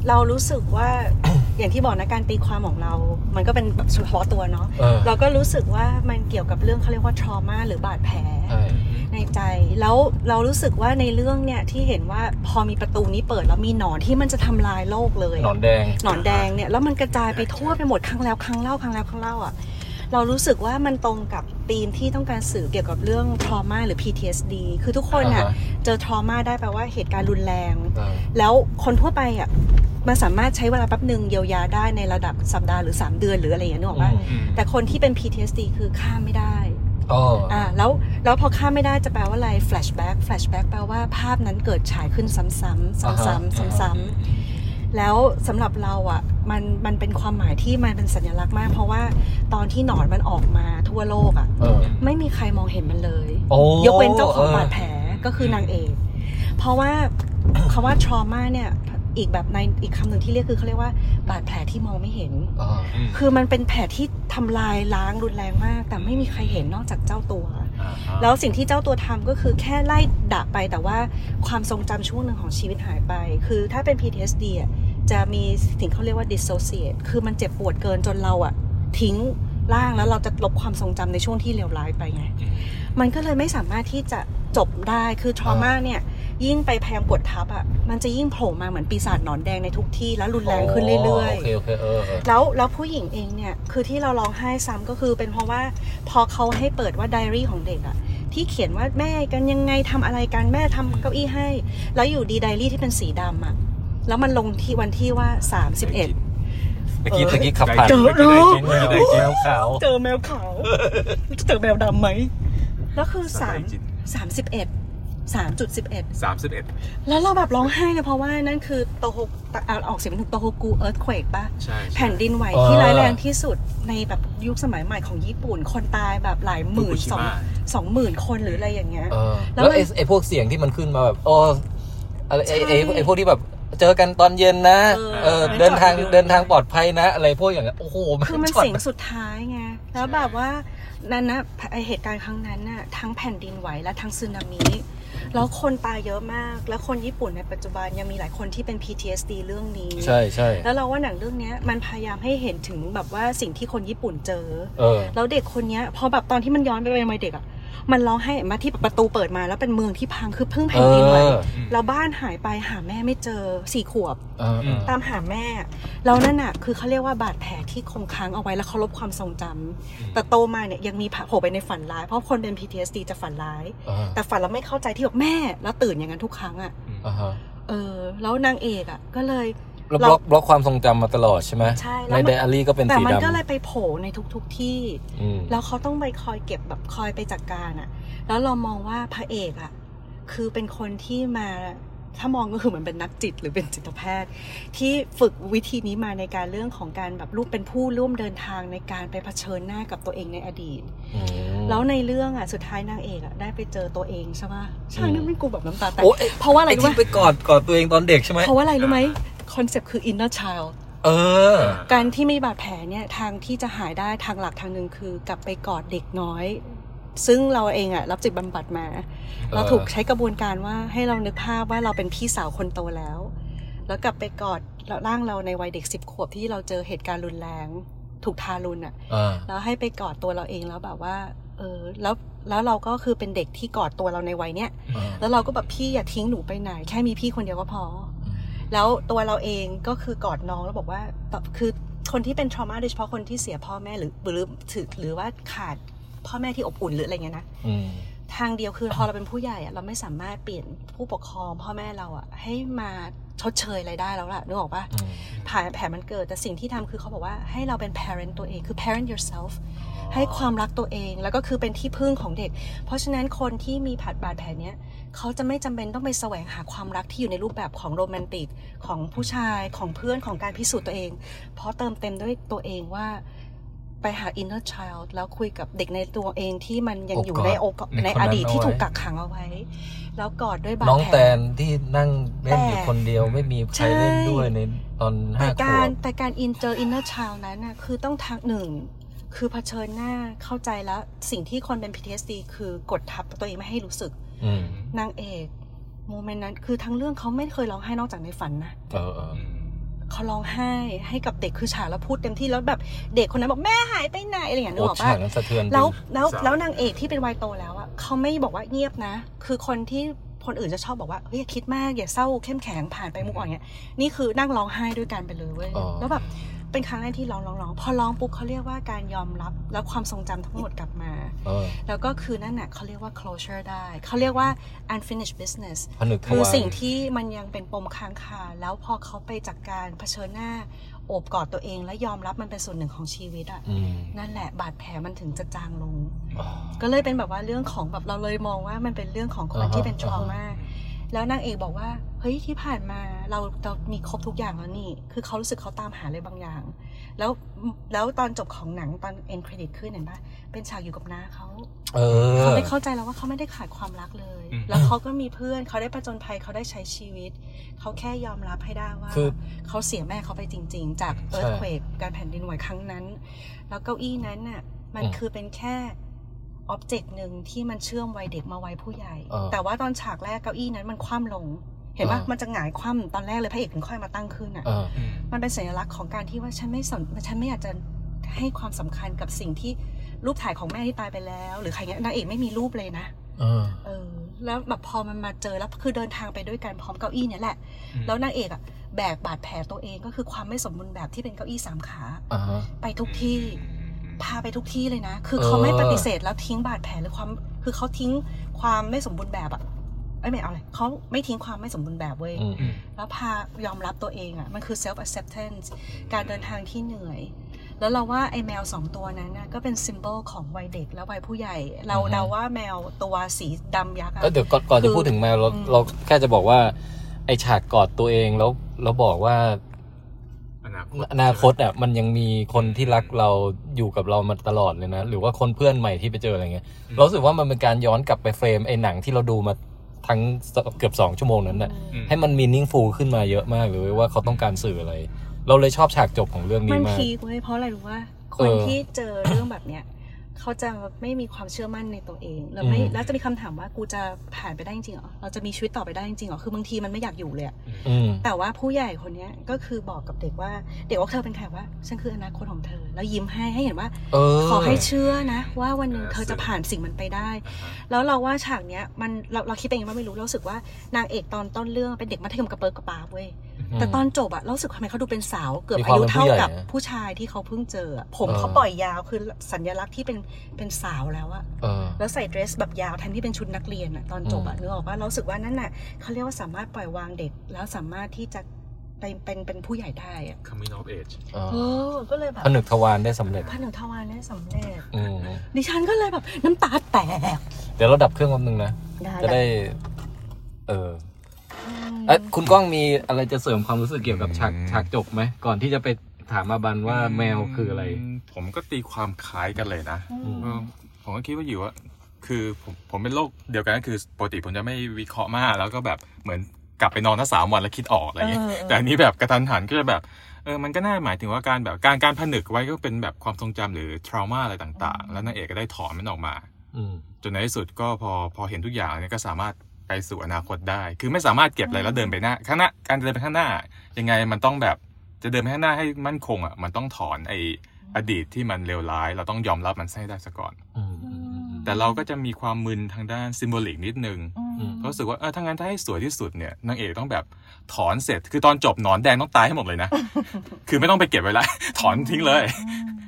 B: เรารู้สึกว่า อย่างที่บอกนะการตีความของเรา มันก็เป็นแบบเฉพาะตัวเนาะ
A: เออ
B: เราก็รู้สึกว่ามันเกี่ยวกับเรื่องเขาเรียกว่า trauma หรือบาดแผล
A: ใช่
B: ในใจแล้วเรารู้สึกว่าในเรื่องเนี่ยที่เห็นว่าพอมีประตูนี้เปิดแล้วมีหนอนที่มันจะทำลายโลกเลย
A: หน
B: อะ
A: อนแดง
B: หนอนแดงเนี่ยแล้วมันกระจายไปทั่วไปหมดครั้งแล้วครั้งเล่าครั้งแล้วครั้งเล่าอ่ะเรารู้สึกว่ามันตรงกับธีมที่ต้องการสื่อเกี่ยวกับเรื่อง trauma หรือ PTSD คือทุกคนอ่ะ
A: อ่าฮะ
B: เจอ trauma ได้แปลว่าเหตุการณ์รุนแรง
A: เออ
B: แล้วคนทั่วไปอ่ะมันสามารถใช้เวลาแป๊บหนึ่งเยียวยาได้ในระดับสัปดาห์หรือ 3 เดือนหรืออะไรอย่างเงี้ยนึกออกปะ
A: อืม
C: อืม
B: แต่คนที่เป็น PTSD คือข้ามไม่ได้
A: อ๋อ
B: อ่าแล้วแล้วพอข้ามไม่ได้จะแปลว่าอะไร flashback flashback แปลว่าภาพนั้นเกิดฉายขึ้นซ้ำๆซ้ำๆซ้ำๆ แล้วสำหรับเราอะ่ะมันมันเป็นความหมายที่มันเป็นสัญลักษณ์มาก เพราะว่าตอนที่หนอนมันออกมาทั่วโลกอะ่ะ
A: เออ
B: ไม่มีใครมองเห็นมันเลย
A: โอ้
B: ยกเว้นเจ้าของ
A: เออ
B: บาดแผลก็คือนางเอกเพราะว่า คำว่า trauma เนี่ยอีกแบบในอีกคำหนึ่งที่เรียกคือเขาเรียกว่าบาดแผลที่มองไม่เห็น
A: อ๋อ
C: อืม
B: คือมันเป็นแผลที่ทำลายล้างรุนแรงมาก แต่ไม่มีใครเห็นนอกจากเจ้าตัว
C: อ่าฮะ
B: แล้วสิ่งที่เจ้าตัวทำก็คือแค่ไล่ดะไปแต่ว่าความทรงจำช่วงหนึ่งของชีวิตหายไป คือถ้าเป็น PTSD อ่ะจะมีสิ่งเขาเรียกว่า dissociate คือมันเจ็บปวดเกินจนเราอ่ะ ทิ้งร่างแล้วเราจะลบความทรงจำในช่วงที่เลวร้ายไปไง
C: อืม
B: มันก็เลยไม่สามารถที่จะจบได้คือ trauma เนี่ย ยิ่งไปพยายามกดทับอ่ะมันจะยิ่งโผล่มาเหมือนปีศาจหนอนแดงในทุกที่แล้วรุนแรงขึ้นเรื่อย
A: โอ
B: ๆ
A: เค โอเค เออเออ
B: แล้วแล้วผู้หญิงเองเนี่ย คือที่เราร้องไห้ซ้ำก็คือเป็นเพราะว่าพอเขาให้เปิดว่าไดอารี่ของเด็กอะที่เขียนว่าแม่กันยังไงทำอะไรกันแม่ทำเก้าอี้ให้ แล้วอยู่ดีไดอารี่ที่เป็นสีดำอะแล้วมันลงที่วันที่ว่า 31
A: เมื่อกี้ตะกี้ขับผ่าน
B: เจอ
A: เมื่อกี้ได้กินเมื่อกี้ได้กินแล้วขาว
B: เจอแมวขาว เจอแมวดำไหม แล้วคือสาม
C: สไตล์จิต
B: สามสิบเอ็ดสามจุดสิบเอ็ด
C: สามสิบเอ็ด
B: แล้วเราแบบร้องไห้เลยเพราะว่านั่นคือโตโฮกอ่านออกเสียงเป็นโตโฮกูเอิร์ธเควกปะ
C: ใช่ใช่
B: แผ่นดินไหวที่ร้ายแรงที่สุดในแบบยุคสมัยใหม่ของญี่ปุ่น คนตายแบบหลายหมื่น
C: ฟุกุชิ
B: สอง
C: มะ
B: สองหมื่นคนหรืออะไรอย่างเงี้ย
A: เออ
B: แล้
A: แล้ว ว
B: มัน
A: ไอ้ไอ้พวกเสียงที่มันขึ้นมาแบบอ๋ออะไรไอ้ไอ้
B: ใช่
A: ไอ้พวกที่แบบเจอกันตอนเย็นนะ
B: เอ
A: เอ
B: อ
A: อ
B: ไม่
A: เดินทาง
B: จอดอยู่
A: เดินทางปลอดภัยนะ อะไรพวกอย่างเงี้ยโอ้โห
B: คือมัน
A: ช็ต
B: เสียงสุดท้ายไง แล้วแบบว่านั่นนะไอเหตุการณ์ครั้งนั้นน่ะทั้งแผ่นดินไหวและทั้งสึนามิ แล้วคนตายเยอะมาก แล้วคนญี่ปุ่นในปัจจุบันยังมีหลายคนที่เป็น PTSD เรื่องนี้
A: ใช่ใช่
B: แล้วเราว่าหนังเรื่องเนี้ยมันพยายามให้เห็นถึงแบบว่าสิ่งที่คนญี่ปุ่นเจอ
A: เออ
B: แล้วเด็กคนเนี้ยพอแบบตอนที่มันย้อนไปเป็นวัยเด็กอะมันร้องไห้มาที่ประตูเปิดมาแล้วเป็นเมืองที่พังคือเพิ่งแผ่นดินไหว
A: เออ
B: แล้วบ้านหายไปหาแม่ไม่เจอสี่ขวบ
A: เออเออ
B: ตามหาแม่แล้วนั่นน่ะคือเขาเรียกว่าบาดแผลที่คงค้างเอาไว้แล้วเขาลบความทรงจำแต่โตมาเนี่ยยังมีโผล่ไปในฝันร้าย เพราะคนเป็น PTSD จะฝันร้าย
A: อ่า
B: แต่ฝันแล้วไม่เข้าใจที่แบบแม่แล้วตื่นอย่างนั้นทุกครั้งอะ
A: อ่าฮะ
B: เออแล้วนางเอกอะก็เลย
A: เราบ
B: เรา
A: ล็อกบล็อกความทรงจำมาตลอดใช่ไหม
B: ใช่แล้
A: ใน
B: วมัน
A: ไดอารี่ก็เป็น
B: แต่
A: สี
B: มัน
A: ด
B: ก็เลยไปโผล่ในทุกๆที่
A: ำอืม
B: แล้วเขาต้องไปคอยเก็บแบบคอยไปจัดกการอะแล้วเรามองว่าพระเอกอะคือเป็นคนที่มา ถ้ามองก็คือเหมือนเป็นนักจิตหรือเป็นจิตแพทย์ ที่ฝึกวิธีนี้มาในการเรื่องของการแบบรูปเป็นผู้ร่วมเดินทางในการไปเผชิญหน้ากับตัวเองในอดีต
A: อืม
B: แล้วในเรื่องอะสุดท้ายนางเอกอะได้ไปเจอตัวเองใช่ปะฉาก
A: อื
B: นี้
A: ม
B: มันกูแบบน้ำตาแตก
A: โอ้ย
B: เพราะว่าอะไร
A: ไอ้
B: รู้
A: ที่
B: ไหม
A: ไปกอดกอดตัวเองตอนเด็กใช่ไหม
B: เพราะว่าอะไรรู้ไหมคอนเซปต์คือ inner child
A: เออ
B: การที่มีบาดแผลเนี่ยทางที่จะหายได้ทางหลักทางหนึ่งคือกลับไปกอดเด็กน้อย ซึ่งเราเองอะรับจิตบำบัดมา เราถูกใช้กระบวนการว่าให้เรานึกภาพว่าเราเป็นพี่สาวคนโตแล้ว แล้วกลับไปกอดร่างเราในวัยเด็กสิบขวบที่เราเจอเหตุการณ์รุนแรง ถูกทารุณอะ
A: อ่า
B: แล้วให้ไปกอดตัวเราเองแล้วแบบว่าเออแล้วแล้วเราก็คือเป็นเด็กที่กอดตัวเราในวัยเนี้ย
A: อ่า
B: แล้วเราก็แบบพี่อย่าทิ้งหนูไปไหน แค่มีพี่คนเดียวก็พอ แล้วตัวเราเองก็คือกอดน้องแล้วบอกว่าตอบคือคนที่เป็น trauma โดยเฉพาะคนที่เสียพ่อแม่หรือหรือถือหรือว่าขาดพ่อแม่ที่อบอุ่นหรืออะไรเงี้ยนะ
A: อืม
B: ทางเดียวคือพอเราเป็นผู้ใหญ่อะเราไม่สามารถเปลี่ยนผู้ปกครองพ่อแม่เราอะให้มาชดเชยอะไรได้แล้วล่ะนึกออกปะ
A: อืม
B: ผ่าแผลมันเกิดแต่สิ่งที่ทำคือเขาบอกว่าให้เราเป็น parent ตัวเองคือ parent yourself ให้ความรักตัวเองแล้วก็คือเป็นที่พึ่งของเด็ก เพราะฉะนั้นคนที่มีผัดบาดแผลเนี้ยเขาจะไม่จำเป็นต้องไปแสวงหาความรักที่อยู่ในรูปแบบของโรแมนติกของผู้ชายของเพื่อนของการพิสูจน์ตัวเอง เพราะเติมเต็มด้วยตัวเองว่าไปหา inner child แล้วคุยกับเด็กในตัวเองที่มันยังอยู่ในอกในอดีตที่ถูกกักขังเอาไว้ แล้วกอดด้วยบาด
A: น้อง
B: แผ
A: แต
B: ล
A: นที่นั่งเล่นอยู่คนเดียวไม่มีใครเล่นด้วยในตอนห้า
B: แต่
A: ข
B: กาว ร
A: บ
B: แต่การอินเจออินเนอร์ชาวนั้นน่ะคือต้องทางหนึ่ง คือเผชิญหน้าเข้าใจแล้วสิ่งที่คนเป็น PTSD คือกดทับตัวเองไม่ให้รู้สึก
A: อืม
B: นางเอกโมเมนต์นั้นคือทั้งเรื่องเขาไม่เคยร้องไห้นอกจากในฝันนะ
A: เออเออ
B: เขาร้องไห้ให้กับเด็กคือฉากแล้วพูดเต็มที่แล้วแบบเด็กคนนั้นบอกแม่หายไปไหนอะไรอย่างเงี้ยนึ
A: โอ้
B: กออก
A: ฉา
B: ปะ
A: กนั้นสะเทือนจริง
B: แล้วแล้ว
C: สาว
B: แล้วนางเอกที่เป็นวัยโตแล้วอ่ะเขาไม่บอกว่าเงียบนะ คือคนที่คนอื่นจะชอบบอกว่าเฮ้ยอย่าคิดมากอย่าเศร้าเข้มแข็งผ่านไปมุกอ่อนเงี้ยนี่คือนั่งร้องไห้ด้วยกันไปเลยเว้ย
A: อ๋อ
B: แล้วแบบเป็นครั้งแรกที่ร้องร้องร้องพอร้องปุ๊บเขาเรียกว่าการยอมรับ แล้วความทรงจำทั้งหมดกลับมา
A: เออ
B: แล้วก็คือนั่นน่ะเขาเรียกว่า closure ได้เขาเรียกว่า unfinished business
A: ผนึกท
B: คือ
A: วาร
B: สิ่งที่มันยังเป็นปมค้างคาแล้วพอเขาไปจากการเผชิญหน้าโอบกอดตัวเอง และยอมรับมันเป็นส่วนหนึ่งของชีวิตอะ
A: อืม
B: นั่นแหละบาดแผลมันถึงจะจางลง
A: อ๋อ
B: ก็เลยเป็นแบบว่าเรื่องของแบบเราเลยมองว่ามันเป็นเรื่องของคน
A: อ่าฮะ
B: ที่เป็นทร
A: อ่าฮะ
B: มาแล้วนางเอกบอกว่าเฮ้ยที่ผ่านมาเราเรามีครบทุกอย่างแล้วนี่ คือเขารู้สึกเขาตามหาอะไรบางอย่าง แล้วแล้วตอนจบของหนังตอนเอ็นเครดิตขึ้นเห็นปะเป็นฉากอยู่กับน้าเขา
A: เออ
B: เขาได้เข้าใจแล้วว่าเขาไม่ได้ขาดความรักเลย
C: อืม
B: แล้วเขาก็มีเพื่อนเขาได้ประจนภัยเขาได้ใช้ชีวิต เขาแค่ยอมรับให้ได้ว่า
A: คือ
B: เขาเสียแม่เขาไปจริง ๆ จาก
A: ใช่
B: เอิร์ธเควกการแผ่นดินไหวครั้งนั้น แล้วเก้าอี้นั้นน่ะ มัน
A: อืม
B: คือเป็นแค่อ็อบเจกต์หนึ่งที่มันเชื่อมวัยเด็กมาวัยผู้ใหญ่
A: เออ
B: แต่ว่าตอนฉากแรกเก้าอี้นั้นมันคว่ำลง เห็นปะ
A: เออ
B: มันจะหงายคว่ำตอนแรกเลยพระเอกถึงค่อยมาตั้งขึ้นอ่ะ
A: เออ
B: มันเป็นสัญลักษณ์ของการที่ว่าฉันไม่สนฉันไม่อยากจะให้ความสำคัญกับสิ่งที่รูปถ่ายของแม่ที่ตายไปแล้ว หรือใครเงี้ยนางเอกไม่มีรูปเลยนะ
A: เออ
B: เออ แล้วแบบพอมันมาเจอแล้วคือเดินทางไปด้วยกันพร้อมเก้าอี้เนี่ยแหละ แล้วนางเอกอะแบกบาดแผลตัวเองก็คือความไม่สมบูรณ์แบบที่เป็นเก้าอี้สามขา
A: อ่าฮะ
B: ไปทุกที่ พาไปทุกที่เลยนะ คือ
A: เออ
B: เขาไม่ปฏิเสธแล้วทิ้งบาดแผลหรือความคือเขาทิ้งความไม่สมบูรณ์แบบอะเอ้ยไม่เอาเลยเขาไม่ทิ้งความไม่สมบูรณ์แบบเว้ย
A: อืม
B: แล้วพายอมรับตัวเองอะมันคือ self acceptance การเดินทางที่เหนื่อย แล้วเราว่าไอ้แมวสองตัวนั้นน่ะก็เป็นซิมโบลของวัยเด็กและวัยผู้ใหญ่ เรา
A: อือฮึ
B: เดาว่าแมวตัวสีดำยักษ์อะ
A: เอ้ยเดี๋ยวก่อนก่อนจะพูดถึงแมวเรา
B: อืม
A: เราแค่จะบอกว่า ไอฉากกอดตัวเองแล้วแล้วบอกว่า
C: อนาคต
A: อนาคตอ่ะมันยังมีคนที่รักเราอยู่กับเรามาตลอดเลยนะ หรือว่าคนเพื่อนใหม่ที่ไปเจออะไรเงี้ยเรารู้สึกว่ามันเป็นการย้อนกลับไปเฟรมไอ้หนังที่เราดูมาทั้งเกือบสองชั่วโมงนั้นน่ะ
C: อืม
A: ให้มันมีนิ่งฟูขึ้นมาเยอะมากเลยเว้ยว่าเขาต้องการสื่ออะไร เราเลยชอบฉากจบของเรื่อง
B: มั
A: นี้
B: น
A: มาก
B: พีกเว้ยเพราะอะไรรู้ว่าค
A: เอนอ
B: ที่เจอเรื่องแบบเนี้ยเขาจะไม่มีความเชื่อมั่นในตัวเองแล้วไม่
A: อืม
B: แล้วจะมีคำถามว่ากูจะผ่านไปได้จริงๆเหรอเราจะมีชีวิตต่อไปได้จริงๆเหรอคือบางทีมันไม่อยากอยู่เลยอะ
A: อืม
B: แต่ว่าผู้ใหญ่คนเนี้ยก็คือบอกกับเด็กว่าเด็กว่าเธอเป็นใครว่าฉันคืออนาคตของเธอ แล้วยิ้มให้ให้เห็นว่า
A: เออ
B: ขอให้เชื่อนะ ว่าวันหนึ่ง
C: เออ
B: เธอจะผ่านสิ่งมันไปได้ แล้วเราว่าฉากเนี้ยมันเราเราคิดเองว่าไม่รู้เรารู้สึกว่านางเอกตอนต้นเรื่องเป็นเด็กมัธยมกระเปิดกระปาบเว้ยแต่ตอนจบอะเรารู้สึกทำไมเขาดูเป็นสาวเกือบ
A: มี
B: อาว
A: คาม
B: ยุ
A: เป็นผู้
B: เท่า
A: ใหญ่
B: กับ
A: นะ
B: ผู้ชายที่เขาเพิ่งเจออะผม
A: เออ
B: เขาปล่อยยาวคือสัญลักษณ์ที่เป็นเป็นสาวแล้วอะ
A: เออ
B: แล้วใส่เดรสแบบยาวแทนที่เป็นชุดนักเรียนอะตอนจบอะ
A: อืม
B: นึกออกว่าเรารู้สึกว่านั่นน่ะเขาเรียกว่าสามารถปล่อยวางเด็ก แล้วสามารถที่จะไปเป็นเป็นผู้ใหญ่ได้อะ
C: coming of age
A: เออ
B: เออก็เลยแบบ
A: ผนึกทวารได้สำเร็จ
B: พันหนึ่งทวารได้สำเร็จ
A: อืม
B: ดิฉันก็เลยแบบน้ำตาแตก
A: เดี๋ยวเราดับเครื่องแป๊บนึงนะ จะได้ เออ
B: อืม
A: เอ้ยคุณก้องมีอะไรจะเสริมความรู้สึกเกี่ยวกับฉาก
C: อืม
A: ฉากจบไหม ก่อนที่จะไปถามอาบันว่าแมวคืออะไร
C: ผมก็ตีความคล้ายกันเลยนะ
B: อืม
C: เออผมก็คิดว่าอยู่ว่า คือผมผมเป็นโรคเดียวกันก็คือปกติผมจะไม่วิเคราะห์มากแล้วก็แบบเหมือนกลับไปนอนทั้งสามวันแล้วคิดออกอะไรอย่างเงี้ยแต่อันนี้แบบกระทันหันก็จะแบบเออมันก็น่าหมายถึงว่าการแบบการการผนึกไว้ก็เป็นแบบความทรงจำหรือ t r a u m a อะไรต่างๆ แล้วนางเอกก็ได้ถอนมันออกมา
A: อืม
C: จนในที่สุดก็พอพอเห็นทุกอย่างเนี่ยก็สามารถไปสู่อนาคตได้ คือไม่สามารถเก็บอะไรแล้วเดินไปหน้าข้างหน้าการเดินไปข้างหน้า ยังไงมันต้องแบบจะเดินไปข้างหน้าให้มั่นคงอ่ะมันต้องถอนไออดีตที่มันเลวร้าย เราต้องยอมรับมันให้ได้ซะก่อน
A: อืม
C: แต่เราก็จะมีความมึนทางด้านซิมโบลิกนิดนึง
B: อืม
A: อื
C: รู้สึกว่าเออถ้างั้นถ้าให้สวยที่สุดเนี่ยนางเอกต้องแบบถอนเสร็จ คือตอนจบหนอนแดงต้องตายให้หมด เลยนะ คือไม่ต้องไปเก็บไว้ละ ถอนทิ้งเลย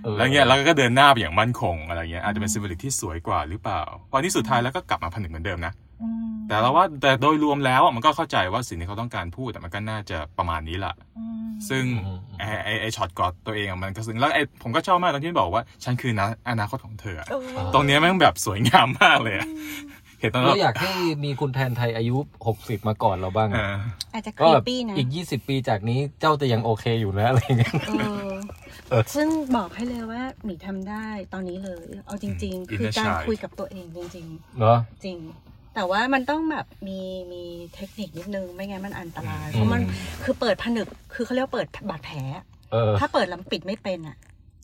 A: ออ
C: แล้วเงี้ยแล้วก็เดินหน้าไปอย่างมั่นคงอะไรเงี้ยอาจจะเป็นซิมโบลิกที่สวยกว่าหรือเปล่าวันที่สุดท้ายแล้วก็กลับมาผนึกเหมือนเดิมนะ
B: อืม
C: แต่เราว่าแต่โดยรวมแล้วอะมันก็เข้าใจว่าสิ่งที่เขาต้องการพูดแต่มันก็น่าจะประมาณนี้แหละ
B: อืม
C: ซึ่งไอไอ้ไอช็อตกอดตัวเองอะมันก็ซึ้งแล้วไอผมก็ชอบมากตอนที่บอกว่าฉันคือนะอนาคตของเธออะ
B: เออ
C: ตรงเนี้ยแม่งแบบสวยงามมากเลยอะเห็นตอน
A: เรา
C: นั้น
A: อยากให้มีคุณแทนไทยอายุหกสิบมาก่อนเราบ้าง
C: เออ
B: อาจจะค
A: ก็
B: รี
A: แบบ
B: ปี้นะ
A: อีกยี่สิบปีจากนี้เจ้าจะยังโอเคอยู่นะอะไรเงี้ย
B: เออ
A: เออ
B: ซึ่งบอกให้เลยว่าหมีทำได้ตอนนี้เลย เอาจริง
C: อื
B: ๆ
C: ม
B: คือ
C: inner
B: การ
C: child
B: คุยกับตัวเองจริง
A: เนาะ
B: ๆ จริง แต่ว่ามันต้องแบบมีมีเทคนิคนิดนึงไม่งั้นมันอันตรายเพราะมัน
A: อืม
B: คือเปิดผนึกคือเขาเรียกว่าเปิดบาดแผล
A: เออ
B: ถ้าเปิดแลำปิดไม่เป็นอ่ะ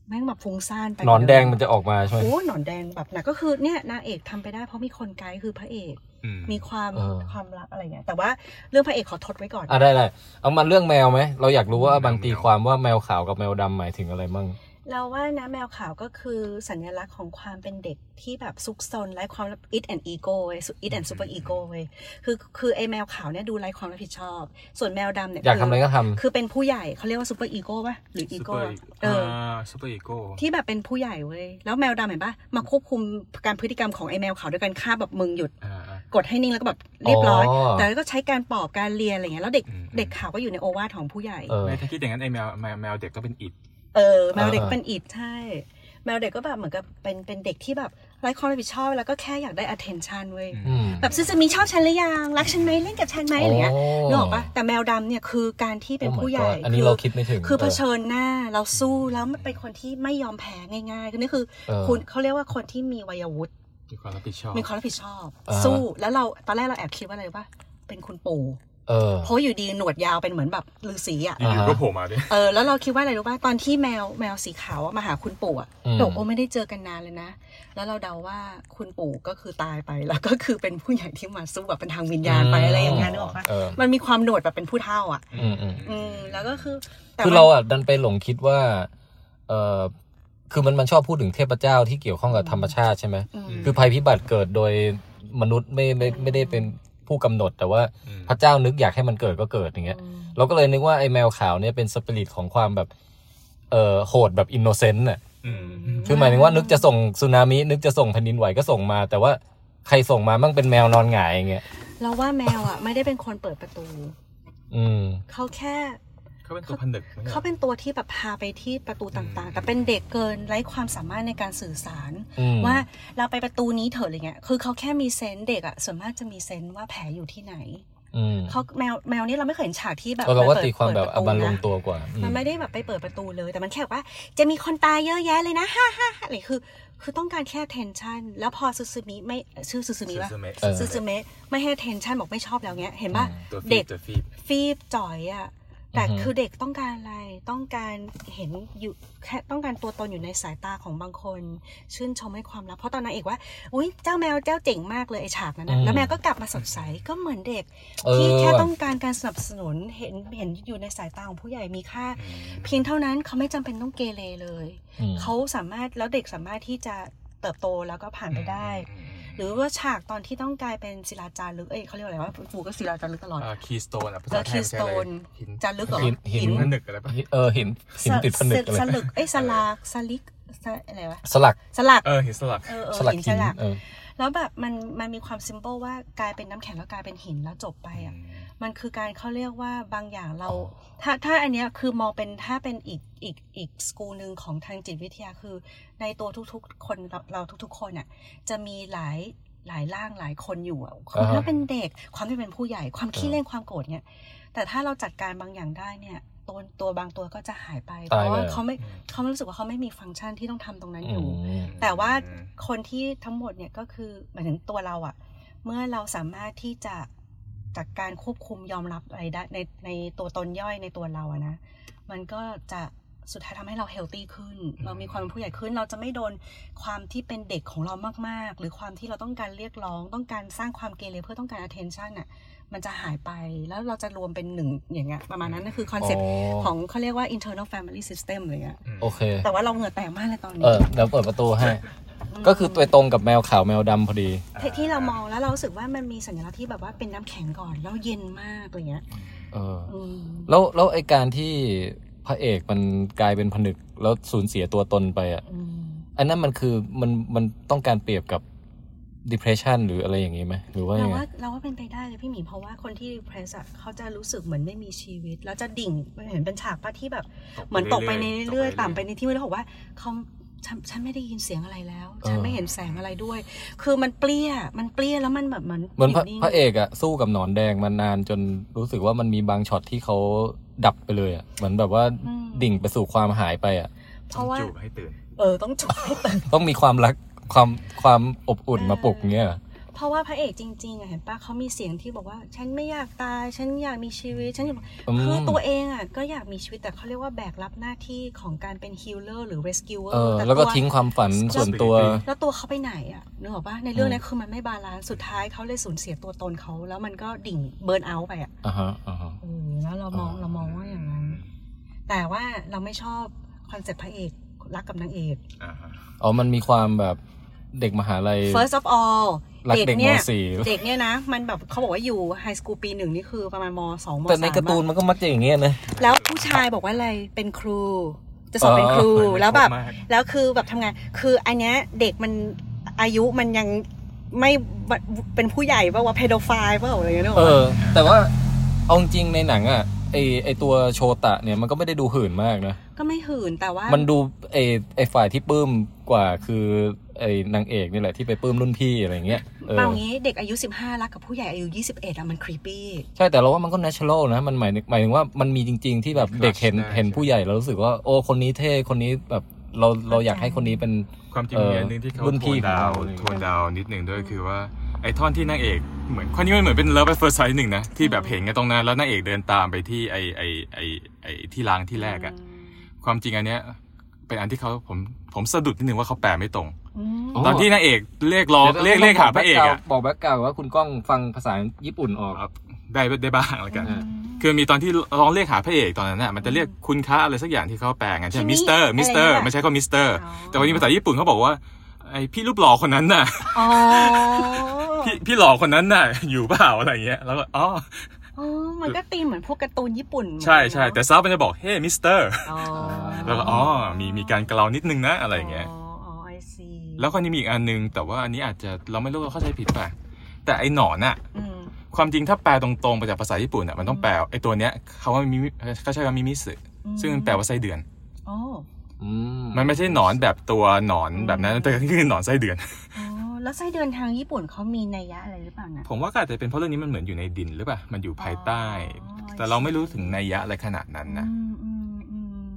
B: แม่งแบบฟุ้งซ่านไป
A: หนอนแดงมันจะออกมาใช่ไหม
B: โอ้หนอนแดงแบบหนะก็คือเนี่ยนางเอกทำไปได้เพราะมีคนไกด์คือพระเอก
C: อืม
B: มีความ
A: เออ
B: ความรักอะไรเงี้ยแต่ว่าเรื่องพระเอกขอทดไว้ก่อน
A: อ่ะได้ได้เอามาเรื่องแมวไหมเราอยากรู้ว่าอาบัน
C: แมว
A: ตีความว่าแมวขาวกับแมวดำหมายถึงอะไรมั่ง
B: เราว่านะแมวขาวก็คือสัญลักษณ์ของความเป็นเด็กที่แบบซุกซนไร้ความรับ it and ego เว้ย it and super ego เว้ยคือคือไอแมวขาวเนี่ยดูไร้ความรับผิดชอบ ส่วนแมวดำเนี่ย
A: อยากทำอะไรก็ทำ
B: คือเป็นผู้ใหญ่เขาเรียกว่า super ego ป่ะหรือ
C: ซู
B: ego
C: เปอร์
B: อะ
C: อี
B: เออ
C: ซูเปอร์อีโก้
B: ที่แบบเป็นผู้ใหญ่เว้ยแล้วแมวดำเห็นปะมาควบคุมการพฤติกรรมของไอแมวขาวด้วยการฆ่าแบบมึงหยุด กดให้นิ่งแล้วก็แบบเรียบร้อย
A: อ๋อ
B: แต่ก็ใช้การปลอบการเรียนอะไรเงี้ย แล้วเด็ก
C: อืม
B: เด็กขาวก็อยู่ในโอวาทของผู้ใหญ่
A: เออ
C: ไม่ถ้าคิดอย่างนั้นไอแมวแมวแมวเด็กก็เป็นอิด
B: เออแมวเด็ก
A: เออ
B: เป็นอิดใช่ แมวเด็กก็แบบเหมือนกับเป็นเป็นเด็กที่แบบไร้ความรับผิดชอบแล้วก็แค่อยากได้ attention เว้ย
C: อืม
A: อืม
B: แบบซึซึมิชอบฉันหรือยัง รักฉันไหมเล่นกับฉันไหมอะไรเงี้ยนึกออกปะแต่แมวดำเนี่ยคือการที่เป็นผู้ใหญ่
A: โ my god อันนี้เราคิดไม่ถึง
B: คือเผชิญหน้าเราสู้แล้วมันเป็นคนที่ไม่ยอมแพ้ง่ายๆคือนี่คือ
A: เออ
B: คุณเขาเรียกว่าคนที่มีวัยวุฒิ
C: มีความรับผิดชอบ
B: มีความรับผิดชอบ
A: อ่า
B: สู้แล้วเราตอนแรกเราแอบคิดว่าอะไรว่าเป็นคุณปู่
A: เออ
B: เพราะอยู่ดีหนวดยาวเป็นเหมือนแบบฤาษีอ่ะ
A: อ่า
C: อยู่
A: ฮะ
C: ๆก็โผล่มาด้วย
B: เออแล้วเราคิดว่าอะไรรู้ป่ะตอนที่แมวแมวสีขาวอะมาหาคุณปู่อะ
A: อืม
B: เราบอกโอ้ไม่ได้เจอกันนานเลยนะ แล้วเราเดาว่าคุณปู่ก็คือตายไปแล้วก็คือเป็นผู้ใหญ่ที่มาสู้แบบเป็นทางวิญญาณไปอะไรอย่างเงี้ยนึกออกปะ
A: เออ
B: มันมีความโดดแบบเป็นผู้เท่าอ่ะ
A: อืมอืม
B: อืมแล้วก็คือแต่
A: คือเราอ่ะดันไปหลงคิดว่า เออคือมันมันชอบพูดถึงเทพเจ้าที่เกี่ยวข้องกับธรรมชาติใช่ไหม
B: อืม
A: คือภัยพิบัติเกิดโดยมนุษย์ไม่ไม่ไม่ได้เป็นผู้กำหนด แต่ว่า
C: อืม
A: พระเจ้านึกอยากให้มันเกิดก็เกิดอย่างเงี้ย
B: อืม
A: เราก็เลยนึกว่าไอ้แมวขาวเนี่ยเป็นสปิริตของความแบบ เออโหดแบบอินโนเซนต์น่ะ
C: อืม
A: คือหมายถึงว่านึกจะส่งสึนามิ นึกจะส่งแผ่นดินไหวก็ส่งมา แต่ว่าใครส่งมามั่งเป็นแมวนอนหงายอย่างเงี้ย
B: เราว่าแมวอ่ะไม่ได้เป็นคนเปิดประตู
A: อืม
B: เขาแค่
C: เขาเป็นตัวผนึกไหมอะ
B: เขาเป็นตัวที่แบบพาไปที่ประตูต่างๆ แต่เป็นเด็กเกินไร้ความสามารถในการสื่อสาร
A: อืม
B: ว่าเราไปประตูนี้เถอะอะไรเงี้ย คือเขาแค่มีเซนส์เด็กอะส่วนมากจะมีเซนส์ว่าแผลอยู่ที่ไหน
A: อืม
B: เขาแมวแมวนี่เราไม่เคยเห็นฉากที่แบบ
A: เราว่า
B: ไปเปิด
A: ตีความแบบ
B: เปิด
A: เอา
B: ประ
A: มันล
B: ตู
A: ง
B: นะ
A: ตัวกว่าอื
B: มั
A: ม
B: นไม่ได้แบบไปเปิดประตูเลย แต่มันแค่แบบว่า จะมีคนตายเยอะแยะเลยนะ ฮ่าฮ่าฮ่าอะไรคือ คือต้องการแค่ tension แล้วพอซูซูมิไม่ชื่อซูซูมิว่า
C: ซูซูเมะ
A: เออ
B: ซูซูเมะไม่ให้ tension บอกไม่ชอบแล้วเงี้ย เห็นปะ
C: ตัวฟีบ
B: เด็ก
C: ตัวฟีบ
B: ฟีบจ่อยอะแต่
A: อือฮึ
B: คือเด็กต้องการอะไร ต้องการเห็นอยู่แค่ต้องการตัวตนอยู่ในสายตาของบางคน ชื่นชมให้ความรัก เพราะตอนนั้นเอกว่า อุ้ยเจ้าแมวเจ้าเจ๋งมากเลยไอฉากนั้นนะแล้วแมวก็กลับมาสดใส ก็เหมือนเด็ก
A: เอ
B: ที่
A: อ
B: แค่
A: ว่ะ
B: ต้องการการสนับสนุนเห็นเห็นอยู่ในสายตาของผู้ใหญ่มีค่า เพียงเท่านั้นเขาไม่จำเป็นต้องเกเรเลย
A: อืม
B: เขาสามารถแล้วเด็กสามารถที่จะเติบโตแล้วก็ผ่านไปได้ หรือว่าฉากตอนที่ต้องกลายเป็นศิลาจารึกเอ้ยเขาเรียกอะไรว่าฟูก็ศิลาจารึกตลอด
C: คีสโตนอ่ะภา
B: เอ
C: ษา
B: อ
C: ไทยมันใช้
B: keystone
C: อะไรหิน
B: จารึกเหรอ
A: หินหิน
C: ผนึกอะไรปะ
A: เออหินหินติดผนึกอะไร
B: สลึกเอ้ยสลากสลิกสะอะไรวะ
A: สลัก
B: สลัก
C: เออหินสลัก
B: เออเออ
A: สลัก
B: หินส
A: หิน
B: ลัก
A: เออ
B: แล้วแบบมันมันมีความซิม p ป e ว่ากลายเป็นน้ำแข็งแล้วกลายเป็นหินแล้วจบไปอ่ะ มันคือการเขาเรียกว่าบางอย่างเรา
A: อ๋อ
B: ถ้าถ้าอันเนี้ยคือมองเป็นถ้าเป็นอีกอีกอีกสกูลหนึ่งของทางจิตวิทยาคือ ในตัวทุกๆ คนเราเราทุกๆ คนอ่ะจะมีหลายหลายร่างหลายคนอยู่อ่ะความที่เป็นเด็กความที่เป็นผู้ใหญ่ความขี้เล่นความโกรธเนี่ย แต่ถ้าเราจัดการบางอย่างได้เนี่ย ตัวตัวบางตัวก็จะหายไป เพ
A: ตาย
B: ราะว่า
A: เลย
B: เขาไม่เขาไม่รู้สึกว่าเขาไม่มีฟังก์ชันที่ต้องทำตรงนั้น
A: อื
B: อยู่
A: ม
B: แต่ว่าคนที่ทั้งหมดเนี่ยก็คือหมายถึงตัวเราอะเมื่อเราสามารถที่จะจากการควบคุมยอมรับอะไรได้ในในตัวตนย่อยในตัวเราอะนะ มันก็จะสุดท้ายทำให้เราเฮลตี้ขึ้น เรามีความเป็นผู้ใหญ่ขึ้น เราจะไม่โดนความที่เป็นเด็กของเรามากๆ หรือความที่เราต้องการเรียกร้อง ต้องการสร้างความเกเรเพื่อต้องการ attention อะมันจะหายไปแล้วเราจะรวมเป็นหนึ่งอย่างเงี้ยประมาณนั้นนั่นคือคอนเซ็ปต์
A: อ๋อ
B: ของเขาเรียกว่า internal family system อะไรเงี้ย
A: โอเค
B: แต่ว่าเราเหงื่อแตกมากเลยตอนนี้
A: เออเดี๋ยวเปิดประตูให้ ก็คือไปตรงกับแมวขาวแมวดำพอดี
B: ที่ที่เรามองแล้วเรารู้สึกว่ามันมีสัญลักษณ์ที่แบบว่าเป็นน้ำแข็งก่อน แล้วเย็นมากอะไรเงี้ย
A: เออ
B: อืม
A: แล้วแล้วไอการที่พระเอกมันกลายเป็นผนึก แล้วสูญเสียตัวตนไปอ่ะ
B: อืม
A: อันนั้นมันคือมันมันต้องการเปรียบกับ depression หรืออะไรอย่างนี้ไหมหรือว่า
B: เรา
A: ยังไง
B: ว่าเราว่าเป็นไปได้เลยพี่หมีเพราะว่าคนที่ depressed อะเขาจะรู้สึกเหมือนไม่มีชีวิต แล้วจะดิ่งเห็นเป็นฉากป้าที่แบบ เหมือนตกไปในเรื่อยๆต่ำไปในที่มืดแล้วบอกว่าเขาฉันฉันไม่ได้ยินเสียงอะไรแล้ว ฉันไม่เห็นแสงอะไรด้วย คือมันเปรี้ยมันเปรี้ยแล้วมันแบบเหมือน
A: เหมือนพระ
B: ยู่ง
A: พระเอกอ่ะสู้กับหนอนแดงมานานจนรู้สึกว่ามันมีบางช็อตที่เขาดับไปเลยอ่ะเหมือนแบบว่า
B: อืม
A: ดิ่งไปสู่ความหายไปอ่ะ
B: เพราะว่า
C: จูบให้ตื่น
B: เออต้องจุบ ให้ตื่น
A: ต้องมีความรักความความอบอุ่นมาปลุกเงี้ยเหรอ
B: เพราะว่าพระเอกจริงๆอะเห็นปะเขามีเสียงที่บอกว่า ฉันไม่อยากตาย ฉันอยากมีชีวิต ฉันอยาก
A: อืม
B: คือตัวเองอ่ะก็อยากมีชีวิตแต่เขาเรียกว่าแบกรับหน้าที่ของการเป็นฮีลเลอร์หรือเรสคิวเวอ
A: เออ
B: ร์
A: แล้วก็ทิ้งความฝันส่วนตัว
B: แล้วตัวเขาไปไหนอ่ะนึกออกปะในเรื่องนี้คือมันไม่บาลานซ์สุดท้ายเขาเลยสูญเสียตัวตนเขา แล้วมันก็ดิ่งเบิร์นเอาท์ไปอ่ะ
A: อ่าฮะอ่าฮะ
B: เออแล้วเรามองเรามองว่าอย่างนั้น แต่ว่าเราไม่ชอบคอนเซ็ปต์พระเอกรักกับนางเอก
A: อ๋อ มันมีความแบบเด็กมหาลัย
B: first of all
A: รักเด็กม
B: เนี่ย
A: สี่
B: เด็กเนี่ยนะ มันแบบเขาบอกว่าอยู่ไฮสคูลปีหนึ่งนี่คือประมาณมสองมสาม
A: แต่ในการ์ตูน
B: อะ
A: มันก็มักจะอย่างเงี้ยนะ
B: แล้วผู้ชายบอกว่าอะไรเป็นครู จะสอบเป็น
A: เออ
B: ครู
C: มัน
B: แล้วแบบ
C: ครบมาก
B: แล้วคือแบบทำงาน คืออันเนี้ยเด็กมันอายุมันยังไม่เป็นผู้ใหญ่ป่าวะเพโดไฟล์ป่าวอะไรเงี้ยนึกอ
A: เอ
B: อกปะ
A: อ แต่ว่าเอาจริงในหนังอ่ะไอไอตัวโชตะเนี่ยมันก็ไม่ได้ดูหื่นมากนะ
B: ก็ไม่หื่นแต่ว่า
A: มันดูไอไอฝ่ายที่ปลื้มกว่าคือไอนางเอกนี่แหละที่ไปปลื้มรุ่นพี่อะไรเงี้ยเออ
B: เอางี้เด็กอายุ 15 รักกับผู้ใหญ่อายุ 21อ่ะมันครีปปี้
A: ใช่แต่เราว่ามันก็ natural นะ มันหมายหมายถึงว่ามันมีจริง ๆ ที่แบบเด็กเห็น
C: ได้ใช่
A: เห็นผู้ใหญ่แล้วรู้สึกว่า โอ้คนนี้เท่คนนี้แบบเราเราอยากให้คนนี้เป็น
C: ความจริง
A: เอ่อ
C: มีอันหนึงที่เขา
A: รุ่นพี่
C: โทนดาวน์
A: ของเรา
C: โทนดาวน์นิดหนึ่งด้วยคือว่าไอ้ท่อนที่นางเอกเหมือนข้อนี้มันเหมือนเป็นเลิฟไปเฟิร์สไซส์หนึ่งนะที่แบบเห็นกันตรงนั้นแล้วนางเอกเดินตามไปที่ไอ้ไอ้ไอ้ไอ้ที่ล้างที่แรกอะความจริงอันเนี้ยเป็นอันที่เขาผมผมสะดุดนิดนึงว่าเขาแปลไม่ตรง ตอนที่นางเอกเรียกร้องเรียกเรียกหาพระเอกอะ
A: บอกแบ็กกราวว่าคุณก้องฟังภาษาญี่ปุ่นออก
C: ครับได้ได้บ้างแล้วกัน
A: อืม
C: คือมีตอนที่ร้องเรียกหาพระเอกตอนนั้นน่ะมันจะเรียกคุณค้าอะไรสักอย่างที่เขาแปลกันใช่ไหม
B: คิมิ
C: มิสเตอร์มิสเตอ
B: อะไร
C: ร์
B: นะ
C: ไม่ใช่ก็มิสเตอร์
B: อ๋อ
C: แต่วันนี้ภาษาญี่ปุ่นเขาบอกว่าไอพี่รูปหล่อคนนั้นน่ะ
B: อ๋อ
C: พี่พี่หล่อคนนั้นน่ะ อยู่เปล่าอะไรเงี้ยแล้วก็อ๋อ
B: อ๋อมันก็ตีมเหมือนพวกการ์ตูนญี่ปุ่นเหมือนกัน
C: ใช่ใช่
B: เนอะ
C: แต่ซับมันจะบอกเฮ้มิสเตอร์
B: อ๋อ
C: แล้วก็อ๋อมีมีการกล่าวนิดนึงนะอะไรเงี้ย
B: อ๋อ I see
C: แล้วคนนี้มีอีกอันนึงแต่ว่าอันนี้อาจจะเราไม่รู้ว่าเข้าใจผิดป่ะแต่ไอหนอนน่ะ
B: อืม
C: ความจริงถ้าแปลตรงๆมาจากภาษาญี่ปุ่นอ่ะมันต้องแปลไอ้ตัวเนี้ยคำว่ามิมิเขาใช้คำว่ามิมิสึซึ่งแปลว่าไส้เดือน
B: อ๋อ
A: อืม
C: มันไม่ใช่หนอนแบบตัวหนอนแบบนั้นแต่ก็คือหนอนไส้เดือน
B: อ๋อแล้วไส้เดือนทางญี่ปุ่นเขามีนัยยะอะไรหรือเปล่านะ
C: ผมว่าก็อาจจะเป็นเพราะเรื่องนี้มันเหมือนอยู่ในดินหรือเปล่ามันอยู่ภายใต้
B: อ๋อ
C: แต่เราไม่รู้ถึงนัยยะอะไรขนาดนั้นนะ
B: อืมอืมอืม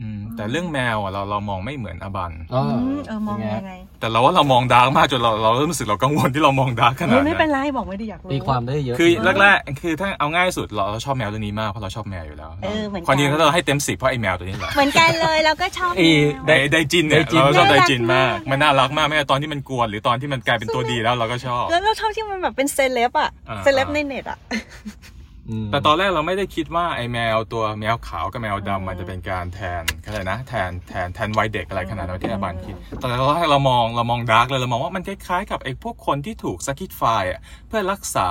C: อืมแต่เรื่องแมวอ่ะเราเรามองไม่เหมือนอบัน
A: อ๋อ
B: อืมเออมอง
A: เป็น
B: ยัง
A: ไง
B: ไง
C: แต่เราว่าเรามองดาร์กมากจนเราเราเริ่มรู้สึกเรากังวลที่เรามองดาร์กขนา
B: เฮ้
C: ด
B: ยไม่เป็น
C: นั้น
B: ไรบอกไม่ได้อยากรู้
A: ตีความได้เยอะ
C: คือแรกๆคือถ้าเอาง่ายสุดเราเราชอบแมวตัวนี้มากเพราะเราชอบแมวอยู่แล้ว
B: เออเหมือนกัน
C: ความจริงถ้าเราให้เต็มสิบเพราะไอ้แมวตัวนี้แหละ
B: เหมือนกันเลยเราก็ชอบ
A: ไอ้
B: แมว
A: ได้
C: ไดไดจินเนี่ย
A: ไดจิน
C: เราชอบได
B: น่ารัก
C: จินมาก
B: มาก
C: มันน่ารักมากแม้แต่ตอนที่มันกวนหรือตอนที่มันกลายเป็นตัวดีแล้วเราก็ชอบ
D: แล้วเราชอบที่มันแบบเป็นเซเลบอะ
C: อ่า
D: เซเลบในเน็ตอะ
A: ม
C: แต่ตอนแรกเราไม่ได้คิดว่าไอ้แมวตัวแมวขาวกับแมวดำมันจะเป็นการแทนอะไรนะแทนแทนแทนวัยเด็กอะไรขนาดนั้นที่อาบานคิดตอนแรกเราเรามองเรามองดาร์กเลยเรามองว่ามันคล้ายๆกับไอ้พวกคนที่ถูกสะกิดไฟอ่ะเพื่อรักษา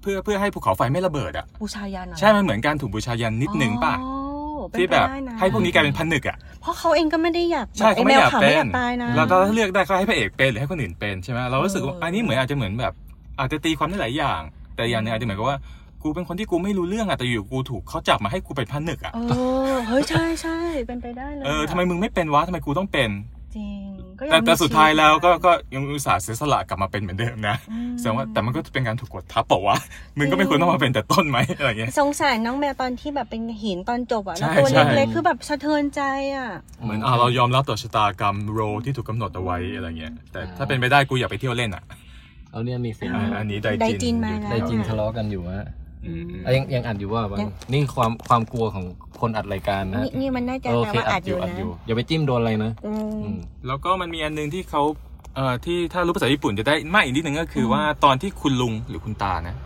C: เพื่อเพื่อให้ภูเขาไฟไม่ระเบิดอ่ะ
B: บูชายันเหรอ
C: ใช่มันเหมือนการถูกบูชายันนิดนึงป่ะ
B: อ๋อเป็น
C: ที่แบบ
B: ไปได้นะ
C: ให้พวกนี้กลายเป็นผนึกอ่ะ
B: เพราะเขาเองก็ไม่ได้อยาก
C: ใช่
B: ไอ้แม
C: เขาไม่
B: ว
C: อยาก
B: ขาว
C: เป็
B: ไม่อยาน กตายนะ
C: แล้วก็ถ้าเลือกได้เขาให้พระเอกเป็นหรือให้คนอื่นเป็นใช่ไหมเรารู้สึกว่า
B: เอออั
C: อันนี้เหมือนอาจจะเหมือนแบบ อาจจะตีความได้หลายอย่าง แต่อย่างหนึงอาจจะเหมือนกับว่ากูเป็นคนที่กูไม่รู้เรื่องอ่ะแต่อยู่กูถูกเขาจับมาให้กูเป็นผนึกอ่ะ
B: เออเฮ้ยใช่ใช่เป็นไปได้เลย
C: เออทำไมมึงไม่เป็นวะทำไมกูต้องเป็น
B: จริงก็ยัง
C: แต่แต่
B: มี
C: สุดท้ายแล้วก็
B: ชีต
C: ก็ยังอุตส่าห์เสียสละกลับมาเป็นเหมือนเดิมนะ
B: อืม
C: แสดงว่าแต่มันก็เป็นการถูกกดทับเปล่าวะ มึงก็ไม่ควรต้องมาเป็นแต่ต้นไหมอะไรเงี้ย
B: สงสารน้องแมวตอนที่แบบเป็นหินตอนจบอะ
C: ใช่
B: แล้วตัว
C: ใช่
B: เล็กๆคือแบบสะเทือนใจอะ
C: เหมือนอ่ะเรายอมรับต่อชะตากรรมโรที่ถูกกำหนดเอาไว้อะไรเงี้ยแต่ถ้าเป็นไปได้กูอย่าไปเที่ยวเล่นอ่ะ
A: เอาเนี่ยมีเสียง
C: อ่าอันนี้ได
B: ได
C: จิ
B: จิ
C: น
B: นมาแล้ว
A: ได้จริงทะ
B: อะ
A: เลาะกันอยู่ฮะ
C: อืม
A: อ่ะยังยังอ่านอยู่ว่าบ้าง
B: ยัง
A: นี่ความความกลัวของคนอัดรายการนะ
B: นี่นี่มันน่าจะ
A: โอเค
B: แปลว่า
A: อั
B: อั
A: ด
B: ด
A: อ
B: อยู่ ยู่
A: อัด
B: นะ
A: อยู่อย่าไปจิ้มโดนอะไรนะ
B: อืม
A: อืม
C: แล้วก็มันมีอันหนึงที่เขาเอ่อที่ถ้ารู้ภาษาญี่ปุ่นจะได้มากอีกนิดนึงก็คือว่าตอนที่คุณลุงหรือคุณตานะ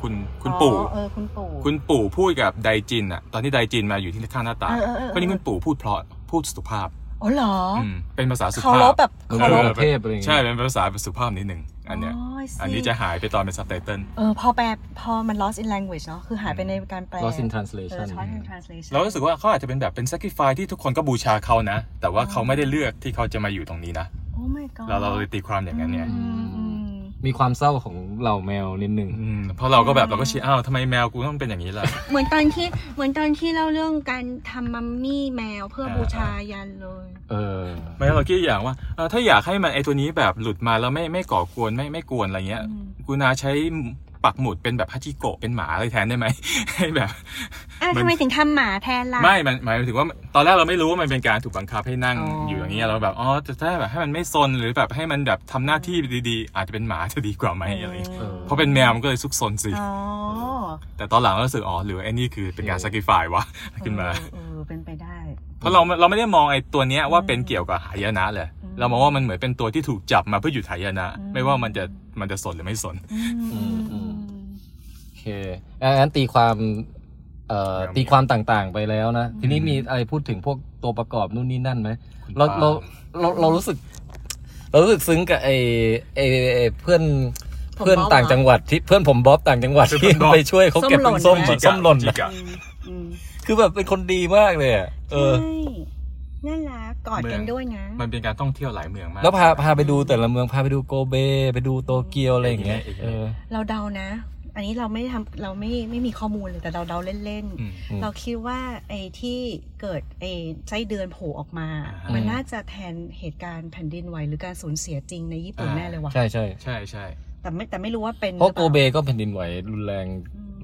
C: คุณคุณปู่
B: อ๋อเออคุณปู่
C: คุณปู่พูดกับไดจินอะตอนที่ไดจินมาอยู่ที่ข้างหน้าต่าง
B: เออเออเออ
C: วันนี้คุณปู่พูดเพราะพูดสุภาพ
B: อ๋อเหรออ
C: มเป็นภาษาสุ
B: เขา
C: ภา
B: ล
C: พ
B: บแบบ
A: ออ
B: เขาลบ
A: แบบเทพอะไรอย่างเงี้ย
C: ใช่เป็นภาษาสุภาพนิดหนึ่งอันเนี้ย
B: อ๋อ I see
C: อันนี้จะหายไปตอนเป็นซับไตเติล
B: เออพอแปลพอมัน lost in language เนอะคือหายไปในการแปล
A: lost in
B: เออ
A: translation
B: lost in translation
C: เรารู้สึกว่าเขาอาจจะเป็นแบบเป็นสักกิฟายที่ทุกคนก็บูชาเขานะ แต่ว่าเขาไม่ได้เลือกที่เขาจะมาอยู่ตรงนี้นะ
B: โอ้ my god
C: เราเราเลยตีความอย่างนั้นเนี่ย
B: อืมอืม
A: มีความเศร้าของเหล่าแมวนิดนึง
C: อืมเพราะเราก็แบบเราก็เชียร์อ้าวทำไมแมวกูต้องเป็นอย่างนี้ล่ะ
B: เหมือนตอนที่เหมือนตอนที่เล่าเรื่องการทำมัมมี่แมวเพื่อ
C: เออ
B: บูชายันเลย
A: เออ
C: ไม่งั้นเราคิดอย่างว่าเอ่อถ้าอยากให้มันไอตัวนี้แบบหลุดมาแล้วไม่ไม่ก่อกวนไม่ไม่กวนอะไรเงี้ย
B: อืม
C: กูนาใช้ปักหมุดเป็นแบบฮัจิโกะเป็นหมาอะไรแทนได้ไหม ให้แบบ
B: อ้าว
C: มัน
B: ทำไมถึงทำหมาแทนล่ะ
C: ไม่มันหมายถึงว่าตอนแรกเราไม่รู้ว่ามันเป็นการถูกบังคับให้นั่ง
B: อ๋อ
C: อ
B: อ
C: ยู่อย่างเงี้ยเราแบบอ๋อจะถ้าแบบให้มันไม่ซนหรือแบบให้มันแบบทำหน้าที่ดีๆ อาจจะเป็นหมาจะดีกว่าไหมอะไรเงี้ย
A: เออ
C: เพราะเป็นแมวมันก็เลยซุกซนสิ
B: อ๋อ
C: แต่ตอนหลังเรารู้สึกอ๋อหรือไอ้นี่คือเป็นการสัก i ฟายวะ ขึ้นมา
B: เออเออเป็นไปได้
C: เพราะเราเราไม่ได้มองไอ้ตัวเนี้ยว่าเป็นเกี่ยวกับหายนะเลย
B: อืม
C: เรามองว่ามันเหมือนเป็นตัวที่ถูกจับมาเพื่อหยุดหายนะ
B: อืม
C: ไม่ว่ามันจะมันจะสนหรือไม่สน
B: อืม
A: อืมอืม
B: อืม
A: โอเคอ่ะงั้นตีความเอ่อ
C: แมว
A: ตีความต่างๆไปแล้วนะ ทีนี้
C: อืม
A: มีอะไรพูดถึงพวกตัวประกอบนู่นนี่นั่นไหม
C: คุณ
A: เรา
C: ปา
A: เราเราเรารู้สึก เรารู้สึกซึ้งกับไอ้ไอ้ไอ้เพื่อน
D: ผม
A: เพื่อน
D: บ๊อบ
A: ต่าง
D: อะ
A: จังหวัดที่เพื่อนผมบ๊อบต่างจังหวัดที่
C: เพื่อนผมบ๊อบ
A: ไปช่วยเขาเก็บ
D: ส้มหล่น
A: ส้มอะ
C: จิกะ
A: ส้มหล่น
C: จิ
A: อะ
C: กะ
B: อืมอืม
A: คือแบบเป็นคนดีมากเลยอะเออ
B: ใช่น่ารักกอดกันด้วยนะ
C: มันเป็นการท่องเที่ยวหลายเมืองมาก
A: แล้วพาพาไปดูแต่ละเมืองพาไปดูโกเบ ไปดูโตเกียวอะไรอย่างเงี้ย
C: เออ
A: เออ
B: เราเดานะ อันนี้เราไม่ทำเราไม่ไม่มีข้อมูลเลยแต่เราเดาเล่น
C: อืม
A: อืม
B: ๆ เราคิดว่าไอ้ที่เกิดไอ้ไส้เดือนโผล่ออกมา
C: อ่ามั
B: มันน่าจะแทนเหตุการณ์แผ่นดินไหวหรือการสูญเสียจริงในญี่ปุ่น
C: อ่า
B: แน่เลยว่ะ
A: ใช่ใช่
C: ใช่ใช่
B: แต่ไม่แต่ไม่รู้ว่าเป็น
A: เพราะโกเบ
B: หอ
A: ก็แผ่นดินไหวรุนแรง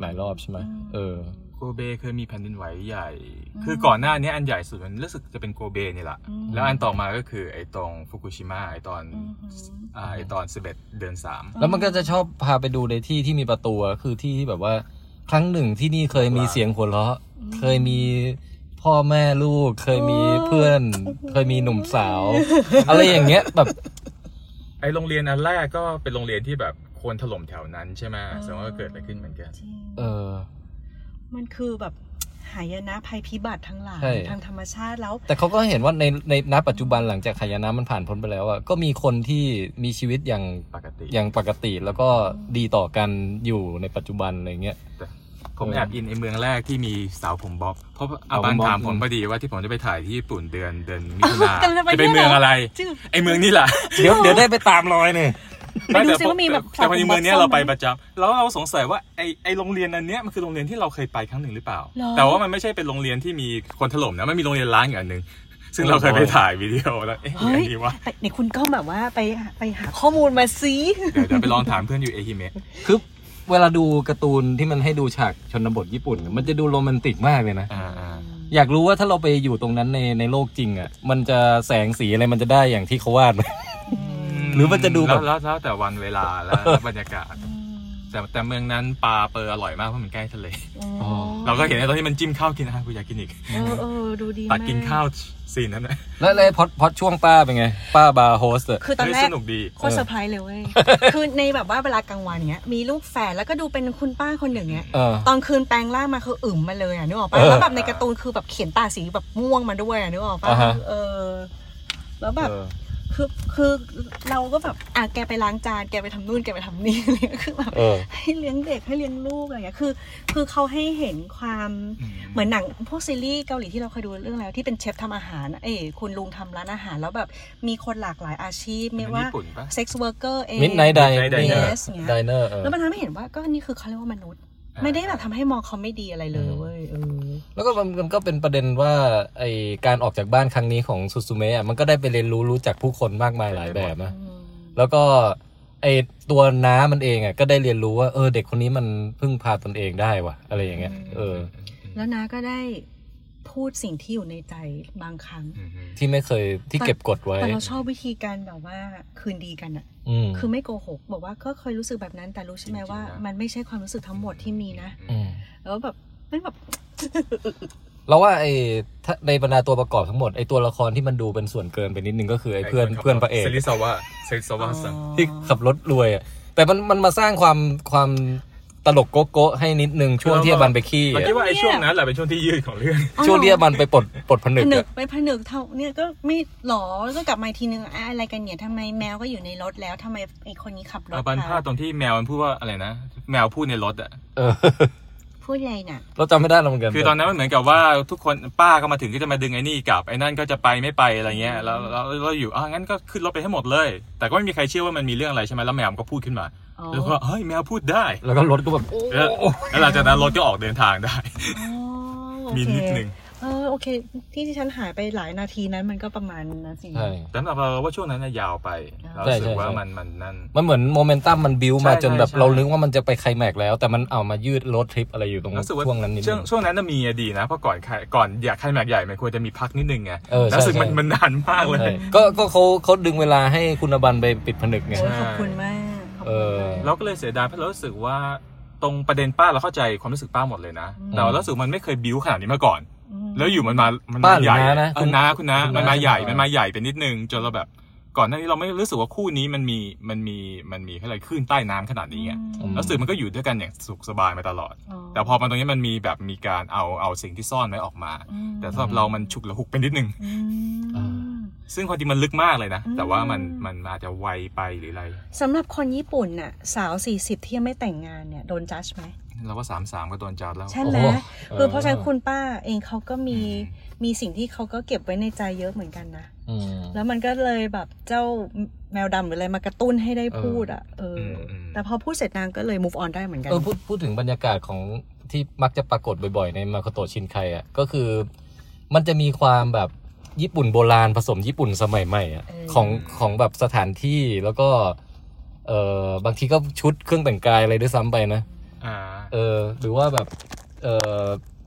A: หลายรอบใช่ไหม
B: อืม
A: เออ
C: โกเบเคยมีแผ่นดินไหวใหญ่
B: อืม
C: คือก่อนหน้านี้อันใหญ่สุดมันรู้สึกจะเป็นโกเบนี่แหละ
B: อืม
C: แล้วอันต่อมาก็คือไอ้ตรงฟุกุชิมะไอ้ตอน
B: อืมหืม
C: อ่าไอ้ตอน 11 เดือน
A: แล้วมันก็จะชอบพาไปดูในที่ที่มีประตูอะคือที่ที่แบบว่า ครั้งหนึ่งที่นี่เคยมีเสียงหัวเราะ
B: อืม
A: เคยมีพ่อแม่ลูก เคยมีเพื่อน
B: โอ้โห
A: เคยมีหนุ่มสาว อะไรอย่างเงี้ยแบบ
C: 3 ไอ้โรงเรียนอันแรกก็เป็นโรงเรียนที่แบบคนถล่มแถวนั้นใช่ไหมแสดงว่าเกิดอะไรขึ้นเหมือนกัน
B: จริง
A: เออ
B: มันคือแบบหายนะภัยพิบัติทั้งหลาย
A: ใช่
B: ทางธรรมชาติแล้ว
A: แต่เขาก็เห็นว่าในในณปัจจุบันหลังจากขยานะมันผ่านพ้นไปแล้วอะก็มีคนที่มีชีวิตอย่าง
C: ปกติ
A: อย่างปกติแล้วก็ดีต่อกันอยู่ในปัจจุบันอะไรเงี้ย
C: ผมแอบอินไอ้เมืองแรกที่มีสาวผมบ๊อบ เพราะอา
A: สาวผมบ๊อบ
C: บานถามผมพอดีว่าที่ผมจะไปถ่ายที่ญี่ปุ่นเดือนเดือนมิถุนา
B: อ๋อกำลังจะไป
C: จะไปเมือง
B: เที่ยวเหรอ
C: อะไร
B: จริง
C: ไอ้เมืองนี่แหละ
A: เดี๋ยวเดี๋ยวได้ไปตามรอยเนี่ย
B: ไปดูซิว่ามีแบบ
C: แต่พอดีเมืองเนี้ยเราไป
B: ไหม
C: ประจำแล้วเราสงสัยว่าไอไอโรงเรียนอันเนี้ยมันคือโรงเรียนที่เราเคยไปครั้งหนึ่งหรือเปล่า
B: หรอ
C: แต่ว่ามันไม่ใช่เป็นโรงเรียนที่มีคนถล่มนะมันมีโรงเรียนร้างอยู่อันหนึ่งซึ่งเราเคยไปถ่ายวิดีโอแล้วเอ๊ะยั
B: เฮ้
C: ง
B: ย
C: ไงดีวะ
B: แต่ในคุณก็แบบว่าไปไปหาข้อมูลมาซิ
C: เดี๋ยวเดี๋ยวไปลองถามเพื่อนอยู่เอฮิเมะ
A: คือเวลาดูการ์ตูนที่มันให้ดูฉากชนบทญี่ปุ่นน่ะมันจะดูโรแมนติกมากเลยนะ
C: อ่าอ่า
A: อยากรู้ว่าถ้าเราไปอยู่ตรงนั้นในในโลกจริงอ่ะ มันจะแสงสีอะไรมันจะได้อย่างที่เขาวาดไหม หรือมันจะดูแบบ
C: แล้วแล้วแล้วแต่วันเวลาและ บรรยากาศ แต่แต่เมืองนั้นปลาเปอร์อร่อยมากเพราะมันใกล้ทะเล
A: อ๋อ
C: เราก็เห็นไอ้ตอนที่มันจิ้มข้าวกินนะกูอยากกินอีก
B: เออเออดูดี
C: ตัด
B: ม
C: กินข้าวซีนนั้นนะ
A: แล้วแล้วไอ้พอดพอดช่วงป้าเป็นไง ป้าบาร์โฮสอะ
B: คือตอน
C: เฮ้ย
B: แร
C: ส
B: ก
C: นุกดี
B: โคตรเซอร์ไพรส์เลยเว้ย คือในแบบว่าเวลากลางวันเนี้ย มีลูกแฝดแล้วก็ดูเป็นคุณป้าคนหนึ่งเนี้ย
A: เออ
B: ตอนคืนแปลงร่างมาคืออึมมาเลยอ่ะนึกออกปะ
A: เออ
B: แล้วแบบในการ์ตูนคือแบบเขียนตาสีแบบม่วงมาด้วยอ่ะนึกออกปะ
A: อ่าฮะ
B: เออ แล้วแบบ
A: เออ
B: คือคือเราก็แบบอ่ะแกไปล้างจานแกไปทำนู่นแกไปทำนี่ อะไรเงี้ยคือแบบ
A: เออ
B: ให้เลี้ยงเด็กให้เลี้ยงลูกอะไรเงี้ยคือ คือเขาให้เห็นความ
C: อืม
B: เหมือนหนังพวกซีรีส์เกาหลีที่เราเคยดูเรื่องแล้วที่เป็นเชฟทำอาหารเอ้ยคุณลุงทำร้านอาหารแล้วแบบมีคนหลากหลายอาชีพไม่ว่า
C: ญี่ปุ่นปะ
B: เซ็กซ์เวิร์กเกอร์เอง
A: มิดไนท์ได
C: Midnight Diner
A: ไดเนอร์เออ
B: แล้วมันทำให้เห็นว่าก็นี่คือเขาเรียกว่ามนุษย์
C: อ่า
B: ไม่ได้แบบทำให้มองเขาไม่ดีอะไรเลยเว้ยเออ
A: แล้วก็มันมันก็เป็นประเด็นว่าไอการออกจากบ้านครั้งนี้ของซูซูเมะอะมันก็ได้ไปเรียนรู้รู้จักผู้คนมากมายหลายแบบนะ
B: อืม
A: แล้วก็ไอตัวน้ามันเองอ่ะก็ได้เรียนรู้ว่าเออเด็กคนนี้มันพึ่งพาตนเองได้ว่ะ อะไรอย่างเงี้ยเออ
B: แล้วนาก็ได้พูดสิ่งที่อยู่ในใจบางครั้ง
C: อืม
A: ที่ไม่เคยที่เก็บกดไว้
B: แต่เราชอบวิธีการแบบว่าคืนดีกันอะ
A: อืม
B: คือไม่โกหก บอกว่าก็เคยรู้สึกแบบนั้น แต่รู้ใช่ไหม
C: จริงๆนะ
B: ว่ามันไม่ใช่ความรู้สึกทั้งหมดที่มีนะ
A: อืม
B: แล้วแบบมันแบบ
A: เราว่าไอ้ถ้าในบรรดาตัวประกอบทั้งหมดไอ้ตัวละครที่มันดูเป็นส่วนเกินไปนิดนึงก็คือไอ้เพื่อนเพื่อนพระเอก
C: เซริซาวะเซริซาวะสัง
A: ที่ขับรถรวยอะแต่มันมันมาสร้างความความตลกโกโก้ให้นิดนึงช่วงที่
C: เรา
A: บันไปขี้
C: เรา
A: อะ
C: คิดว่าไอ้
B: เนี่ย
C: ช่วงนั้นแหละเป็นช่วงที่ยืดของเรื่อง
B: อ๋อ
A: ช่วงที่
B: เหรอ
A: มันไปปลดปลดผนึ
B: ผ
A: ก
B: นึก
A: อะ
B: ไปผนึกเท่าเนี่ยก็ไม่หลอแล้วก็กลับมาอีกทีนึงอะอะไรกันเนี่ยทำไมแมวก็อยู่ในรถแล้วทำไมไอคนนี้ขับรถ
C: เอาบันพลาด
B: ไป
C: ตรงที่แมวมันพูดว่าอะไรนะ แมวพูดในรถอ่ะ
A: เออ
B: พูดอะไรน่ะ
A: เราจำไม่ได้แล้วเหมือนกัน
C: คือตอนนั้นมันเหมือนกับว่าทุกคนป้าก็มาถึงก็จะมาดึงไอ้นี่กลับไอ้นั่นก็จะไปไม่ไปอะไรเงี้ยแล้วแล้วเราอยู่อ่ะงั้นก็ขึ้นรถไปให้หมดเลย แต่ก็ไม่มีใครเชื่อว่ามันมีเรื่องอะไรใช่ไหมแล้วแมวมันก็พูดขึ้นมา
B: อ๋อ
C: แล้วก็เฮ้ยแมวพูดได้
A: แล้วก็รถก็แบบ
C: แล้วแล้วหลังจากนั้นรถก็ออกเดินทางได้
B: อ๋อโอเค
C: มีนิดนึง
B: เออโอเค ที่ที่ฉันหายไปหลายนาทีนั้นมันก็ประมาณนาที
A: ใช่
C: แต่สำหรับเราว่าช่วงนั้นน่ะยาวไปเรา
A: ใช่
C: รู้สึก
A: ใช่
C: ว่า
A: ใช่
C: มันมันนั่น
A: มันเหมือนโมเมนตัมมันบิวมา
C: ใช่
A: จนแบบ
C: ใช่
A: เรานึกว่ามันจะไปไคลแม็กซ์แล้ว แต่มันเอามายืดรถทริปอะไรอยู่ตรง
C: รู้สึกว่า
A: ช่วงนั้นนิดนึ
C: ช่วง
A: ง
C: ช่วงนั้นน่ะมีอะดีนะเพราะก่อนใครก่อนอยากใครแม็กใหญ่มันควรจะมีพักนิดนึงไง
A: เออใช่
C: รู้สึก
A: ใช่
C: มันมันนานมากเล
A: ใช่
C: ย
A: ก็ก็เขาเขาดึงเวลาให้คุณอบันไปปิดผนึกไง
B: โอ้ยขอบคุณมากขอบ
A: เอ
B: คุ
A: อ
B: ณมาก
C: เราก็เลยเสียดายเพราะเรารู้สึกว่าตรงประเด็นป้าเราเข้าใจความรู้สึกป้าหมดเลยนะ
B: อืม
C: แต่เรารู้สึกมันไม่เคยบิ้วขนาดนี้มาก่อน
B: อืม
C: แล้วอยู่มันมามัน
A: ป้าม หรือ
C: ใหญ่
A: น้านะ
C: เออน้าคุณน้า
A: คุณน้า
C: มันมาใหญ่
A: ใช่ไหม
C: มันมาใหญ่ไปนิดนึงจนเราแบบ ก่อนหน้านี้เราไม่รู้สึกว่าคู่นี้มันมีมันมีมันมีอะไรขึ้นใต้น้ำขนาดนี้ไง
B: อืม
C: แล้วสื่อมันก็อยู่ด้วยกันอย่างสุขสบายมาตลอด
B: อ๋อ
C: แต่พอมาตรงนี้มันมีแบบมีการเอาเอาสิ่งที่ซ่อนไว้ออกมา
B: ม
C: แต่สำหรับเรามันฉุกละหุกไปนิดนึง
B: อืม
C: ซึ่งความจริงมันลึกมากเลยนะ
B: อืม
C: แต่ว่ามันมันอาจจะไวไปหรืออะไร
B: สำหรับคนญี่ปุ่นน่ะ สาวสี่สิบที่ยังไม่แต่งงานเนี่ย โดนจัดไหม
C: เราว่าสามสามก็โดนจัดแล้ว
B: ใช่ไหม
A: โอ้โหเอ
B: คือ
A: อ
B: เพราะฉะนั้นคุณป้าเองเขาก็มี
C: อื
B: มีสิ่งที่เขาก็เก็บไว้ในใจเยอะเหมือนกันนะ
A: อืม
B: แล้วมันก็เลยแบบเจ้าแมวดำหรืออะไรมากระตุ้นให้ได้พูดอ่ะเอออ
C: มอืม
B: แต่พอพูดเสร็จนางก็เลย move on ได้เหมือนกัน
A: เออพูดพูดถึงบรรยากาศของที่มักจะปรากฏบ่อยๆ ในมาโคโตะชินไคอ่ะก็คือ มันจะมีความแบบญี่ปุ่นโบราณผสมญี่ปุ่นสมัยใหม่อ่ะ
B: เออ
A: ของของแบบสถานที่แล้วก็ เออบางทีก็ชุดเครื่องแต่งกายอะไรด้วยซ้ำไปนะ
C: อ่า
A: เออหรือว่าแบบเออ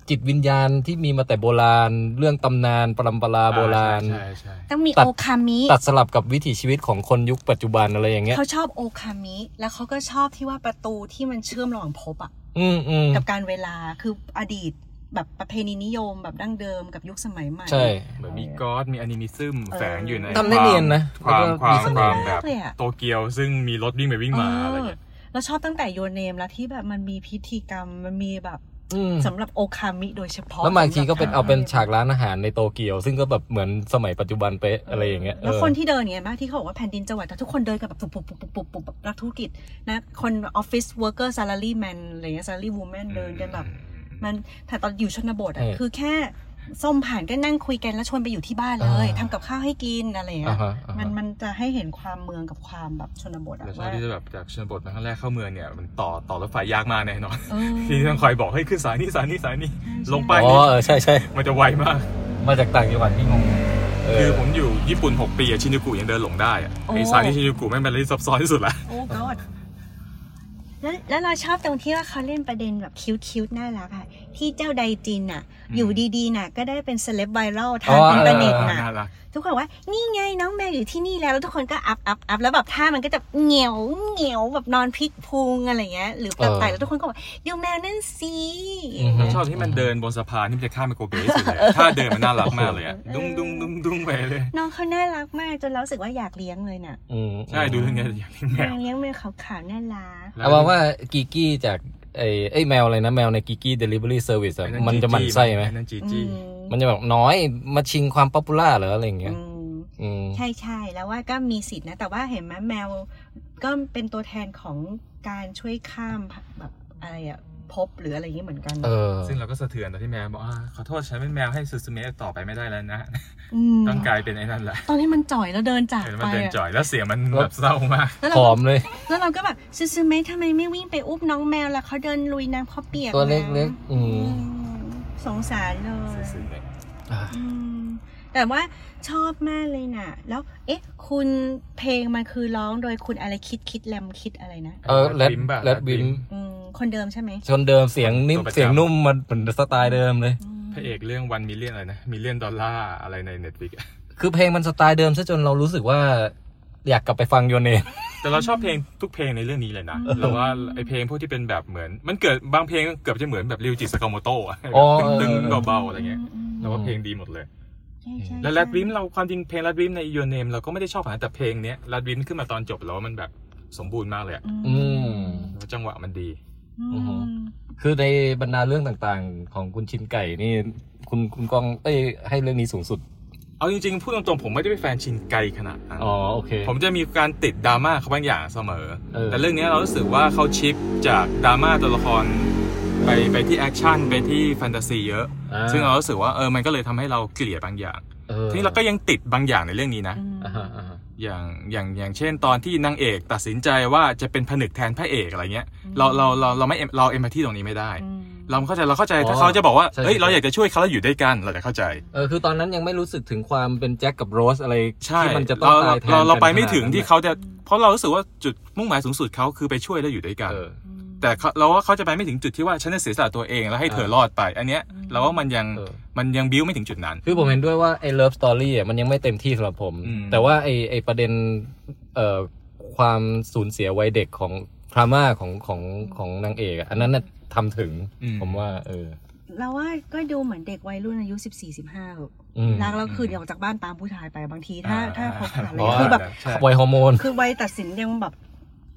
A: จิตวิญญาณที่มีมาแต่โบราณ เรื่องตำนานปรำปราโบราณ
C: ใช่ใช่ใช่
B: ต้องมี
A: ตัด
B: โอคามิ
A: ตัดสลับกับวิถีชีวิตของคนยุคปัจจุบันอะไรอย่างเงี้ย
B: เขาชอบโอคามิ แล้วเขาก็ชอบที่ว่าประตูที่มันเชื่อมระหว่างภพอ่ะ
A: อืมอืม
B: กับการเวลาคืออดีตแบบประเพณีนิยมแบบดั้งเดิมกับยุคสมัยใหม่
A: ใช่
C: เหมือนมีก๊อดมีอนิมิซึม
B: เออ
C: แฝงอยู่ใน
A: ทำได้เนียนนะ
C: ความ
A: แล้วก็
C: ความ
A: มี
C: ค
A: เส
C: วา
A: น่
C: มควา
A: ห์
C: มแบบ
B: เลยอะ
C: โตเกียวซึ่งมีรถวิ่งไปวิ่งมาอะไรเงี้ย
B: เออแล้วชอบตั้งแต่โยเนมแล้วที่แบบมันมีพิธีกรรมมันมีแบบ
A: อืม
B: สำหรับโอคามิโดยเฉพาะ
A: แล้วบางทีก็เป็น
B: สำหรับ
A: เอาเป็นฉากร้านอาหารในโตเกียว ซึ่งก็แบบเหมือนสมัยปัจจุบันเป๊ะอะไรอย่างเงี้ย
B: แล้ว
A: เออ
B: คนที่เดินเนี่ยมากที่เขาบอกว่าแผ่นดินจังหวัดแต่ทุกคนเดินกันแบบปุบปุบปุบปุบปุบปุบแบบนักธุรกิจนะคนออฟฟิศเวิร์กเกอร์ซาลารีแมนอะไรเงี้ยซาลารีวูแมนเดินกันแบบ มันแต่ตอนอยู่ชนบทอะคือแค่ ส้มผ่านก็นั่งคุยกันแล้วชวนไปอยู่ที่บ้านเลย
A: อ่า
B: ทำกับข้าวให้กินอะไรอย่างเงี้
A: อ่าย ฮะอ่าฮะ
B: มันมันจะให้เห็นความเมืองกับความแบบชนบทอะ
C: แล้วชอบ
B: ว่า
C: ที่จะแบบจากชนบทมาครั้งแรกเข้าเมืองเนี่ยมันต่อต่อรถไฟยากมากแน่นอน
B: เออ
C: ที่ต้องคอยบอกให้ขึ้นสายนี้สายนี้สายนี้
B: ใช่
C: ลงไป
A: อ๋อเออใช่ใช่
C: มันจะไวมาก
A: มาจากต่างจังหวัดพี่งงเ
C: คือผมอยู่ญี่ปุ่น 6 ปีอะชินจูกุยังเดินหลงได้อะไอสายที่ชินจูกุไม่งเป็นอะไรที่ซับซ้อนที่สุดละ
B: โอ้ god แล้วแล้วเราชอบตรงที่ว่าเขาเล่นประเด็นแบบคิ้วๆน่ารักอะที่เจ้าไดจินอะ
C: อืม
B: อยู่ดีๆน่ะ ก็ได้เป็นเซเลบไวรัลทาง
A: อ๋อ
B: อินเทอร์เน็ตน่ะ
C: น่ารัก
B: ทุกคนว่า นี่ไงน้องแมวอยู่ที่นี่แล้วแล้วทุกคนก็อัพอัพอัพแล้วแบบท่ามันก็จะเหนียวเหนียวแบบนอนพลิกพุงอะไรเงี้ย หรือแบบ
A: เออ
B: ไปแล้วทุกคนก็บอกดูแมวนั่นสิ
A: อือฮึ
C: ชอบที่มันเดินบนสะพานที่มันจะข้ามไปโกเบสเลยถ้าเดินมันน่ารักมากเลยอะดุ้งดุ้งดุ้งดุ้งไปเลย
B: น้องเขาน่ารักมากจนเรารู้สึกว่าอยากเลี้ยงเลยน่ะ
A: อืม
C: ใช่ดูเรื่องนี้อยากเลี้ยงแมว
B: เลี้ยงแมวขาวๆน่ารัก
A: เอาว่าว่ากีกี้จากไอ้ไอ้ยแมวอะไรนะ แมวในกีกี้เดลิเวอรี่เซอร์วิสอะมันจะหมั่นไส้ไหม
C: นั่นจีจี
A: มันจะแบบน้อยมาชิงความป๊อปปูล่าเหรออะไรอย่างเงี้ย อืม
B: ใช่ใช่แล้วว่าก็มีสิทธินะ แต่ว่าเห็นไหมแมวก็เป็นตัวแทนของการช่วยข้ามแบบอะไรอะพบหรืออะไรอย่างนี้เหมือนกัน
A: เออ
C: ซึ่งเราก็สะเทือนตอนที่แมวบอกอ่าขอโทษฉันเป็นแมวให้ซูซูเมะต่อไปไม่ได้แล้วนะ
B: ม
C: ต้องกลายเป็นไอ้นั่นแหละ
B: ตอนที่มันจ่อยแล้วเดินจาก
C: เห็น
B: ไป
C: มันเดิน
B: อะ
C: จ่อยแล้วเสียงมันแบบเศร้ามาก
B: แล้ว
A: ห
B: เรา
A: อ
B: ก็
A: มเลย
B: แล้วเราก็แบบซูซูเมะทำไมไม่วิ่งไปอุ้มน้องแมวล่ะเขาเดินลุยน้ำเขาเปียก
A: ตัวเล็ก
B: น้ำ
A: ๆอืม
B: สงสารเลย
C: สื่อ
A: อ่ะ
B: อืมแต่ว่าชอบมากเลยน่ะ แล้วเอ๊ะ คุณเพลงมันคือร้องโดยคุณอะไรคิดคิดแรมคิดอะไรนะ
A: เออแรดแรดวิม
B: อืมคนเดิมใช่ไหม
A: ชนเดิมเสียงนิ่มเสียงนุ่มมันเหมือนสไตล์เดิมเลย
B: อืม
C: พระเอกเรื่องวันมิเลียนอะไรนะมิเลียนดอลลาร์อะไร ในเน็ตฟลิก
A: คือเพลงมันสไตล์เดิมซะจนเรารู้สึกว่า อยากกลับไปฟังโยนเอง
C: แต่เราชอบเพลงทุกเพลงในเรื่องนี้เลยนะเราว่าไอเพลงพวกที่เป็นแบบเหมือน มันเกิดบางเพลงเกือบจะเหมือนแบบริวจิสกาโมโตะตึงๆเบาๆอะไรเงี้ย
B: ม
C: เราว่าเพลงดีหมดเลย
B: ใช่ใช่
C: แล้ว
B: ใช่
C: แรดวิมเราความจริงเพลงแรดวิมในยูเนมเราก็ไม่ได้ชอบขนาดนั้นแต่เพลงเนี้ยแรดวิมขึ้นมาตอนจบแล้วมันแบบสมบูรณ์มากเลยอะ
A: อืม
C: แล้วจังหวะมันดี
B: อื
A: อือฮึ
B: ม
A: คือในบรรดาเรื่องต่างๆ ของคุณชินไก่นี่ คุณคุณกองเอ้ยให้เรื่องนี้สูงสุด
C: เอาจริงๆพูดตรงๆผมไม่ได้เป็นแฟนชินไกขนาดนั้น
A: อ๋อโอเค
C: ผมจะมีการติดดราม่าเขาบางอย่างเสมอ
A: เออ
C: แต่เรื่องเนี้ยเรารู้สึกว่าเขาชิปจากดราม่าตัวละครไปไปที่แอคชั่นไปที่แฟนตาซีเยอะ
A: อ่
C: ซึ่งเรารู้สึกว่าเออมันก็เลยทำให้เราเกลียดบางอย่าง
A: ออ
C: ทีนี้เราก็ยังติดบางอย่างในเรื่องนี้นะ
B: อืม
A: อ่าฮะอ่าฮะ
C: อย่างอย่างอย่างเช่นตอนที่นางเอกตัดสินใจว่าจะเป็นผนึกแทนพระเอกอะไรเงี้ยเราเราเราเราไม่เราเอมพัตตีตรงนี้ไม่ได้
B: อืม
C: เราเข้าใจเราเข้าใจ
A: อ๋อ
C: ถ้าเขาจะบอกว่า
A: ใช่
C: เฮ้ย
A: ใช่
C: เราอยากจะช่วยเขาแล้วอยู่ด้วยกันเราจะเข้าใจ
A: เออคือตอนนั้นยังไม่รู้สึกถึงความเป็นแจ็คกับโรสอะไร
C: ใช่
A: ที่มันจะต้อง
C: เราเรา
A: ตายแทน
C: เราเราไป
A: กันขนดนั้น
C: ไม่ถึงที่
A: น่ะ
C: เขาจะเพราะเรารู้สึกว่าจุดมุ่งหมายสูงสุดเขาคือไปช่วยแล้วอยู่ด้วยกัน
A: เออ
C: แต่เขาเราว่าเขาจะไปไม่ถึงจุดที่ว่าฉันจะเสียสละตัวเองแล้วให้เธอรอดไป อันเนี้ยเราว่ามันยัง
A: เออ
C: มันยังบิ้วไม่ถึงจุดนั้น
A: คือผมเห็นด้วยว่าไอ้เลิฟสตอรี่อ่ะมันยังไม่เต็มที่สำหรับผม
C: อืม
A: แต่ว่าไอ้ไอ้ประเด็นเอ่อความสูญเสียวัยเด็กของพรามาของของของนางเอกอ่ะอันนั้นน่ะทำถึงผมว่า เออ
B: เราว่าก็ดูเหมือนเด็กวัยรุ่นอายุสิบสี่สิบห้า
A: อืม
B: ลังเราคืนออกจากบ้านตามผู้ชายไปบางทีถ้าถ้าเขาขาดอะไร
C: เพราะว่า
B: คือแบบ
C: ใช่
A: วัยฮอร์โมน
B: คือวัยตัดสินยังแบบ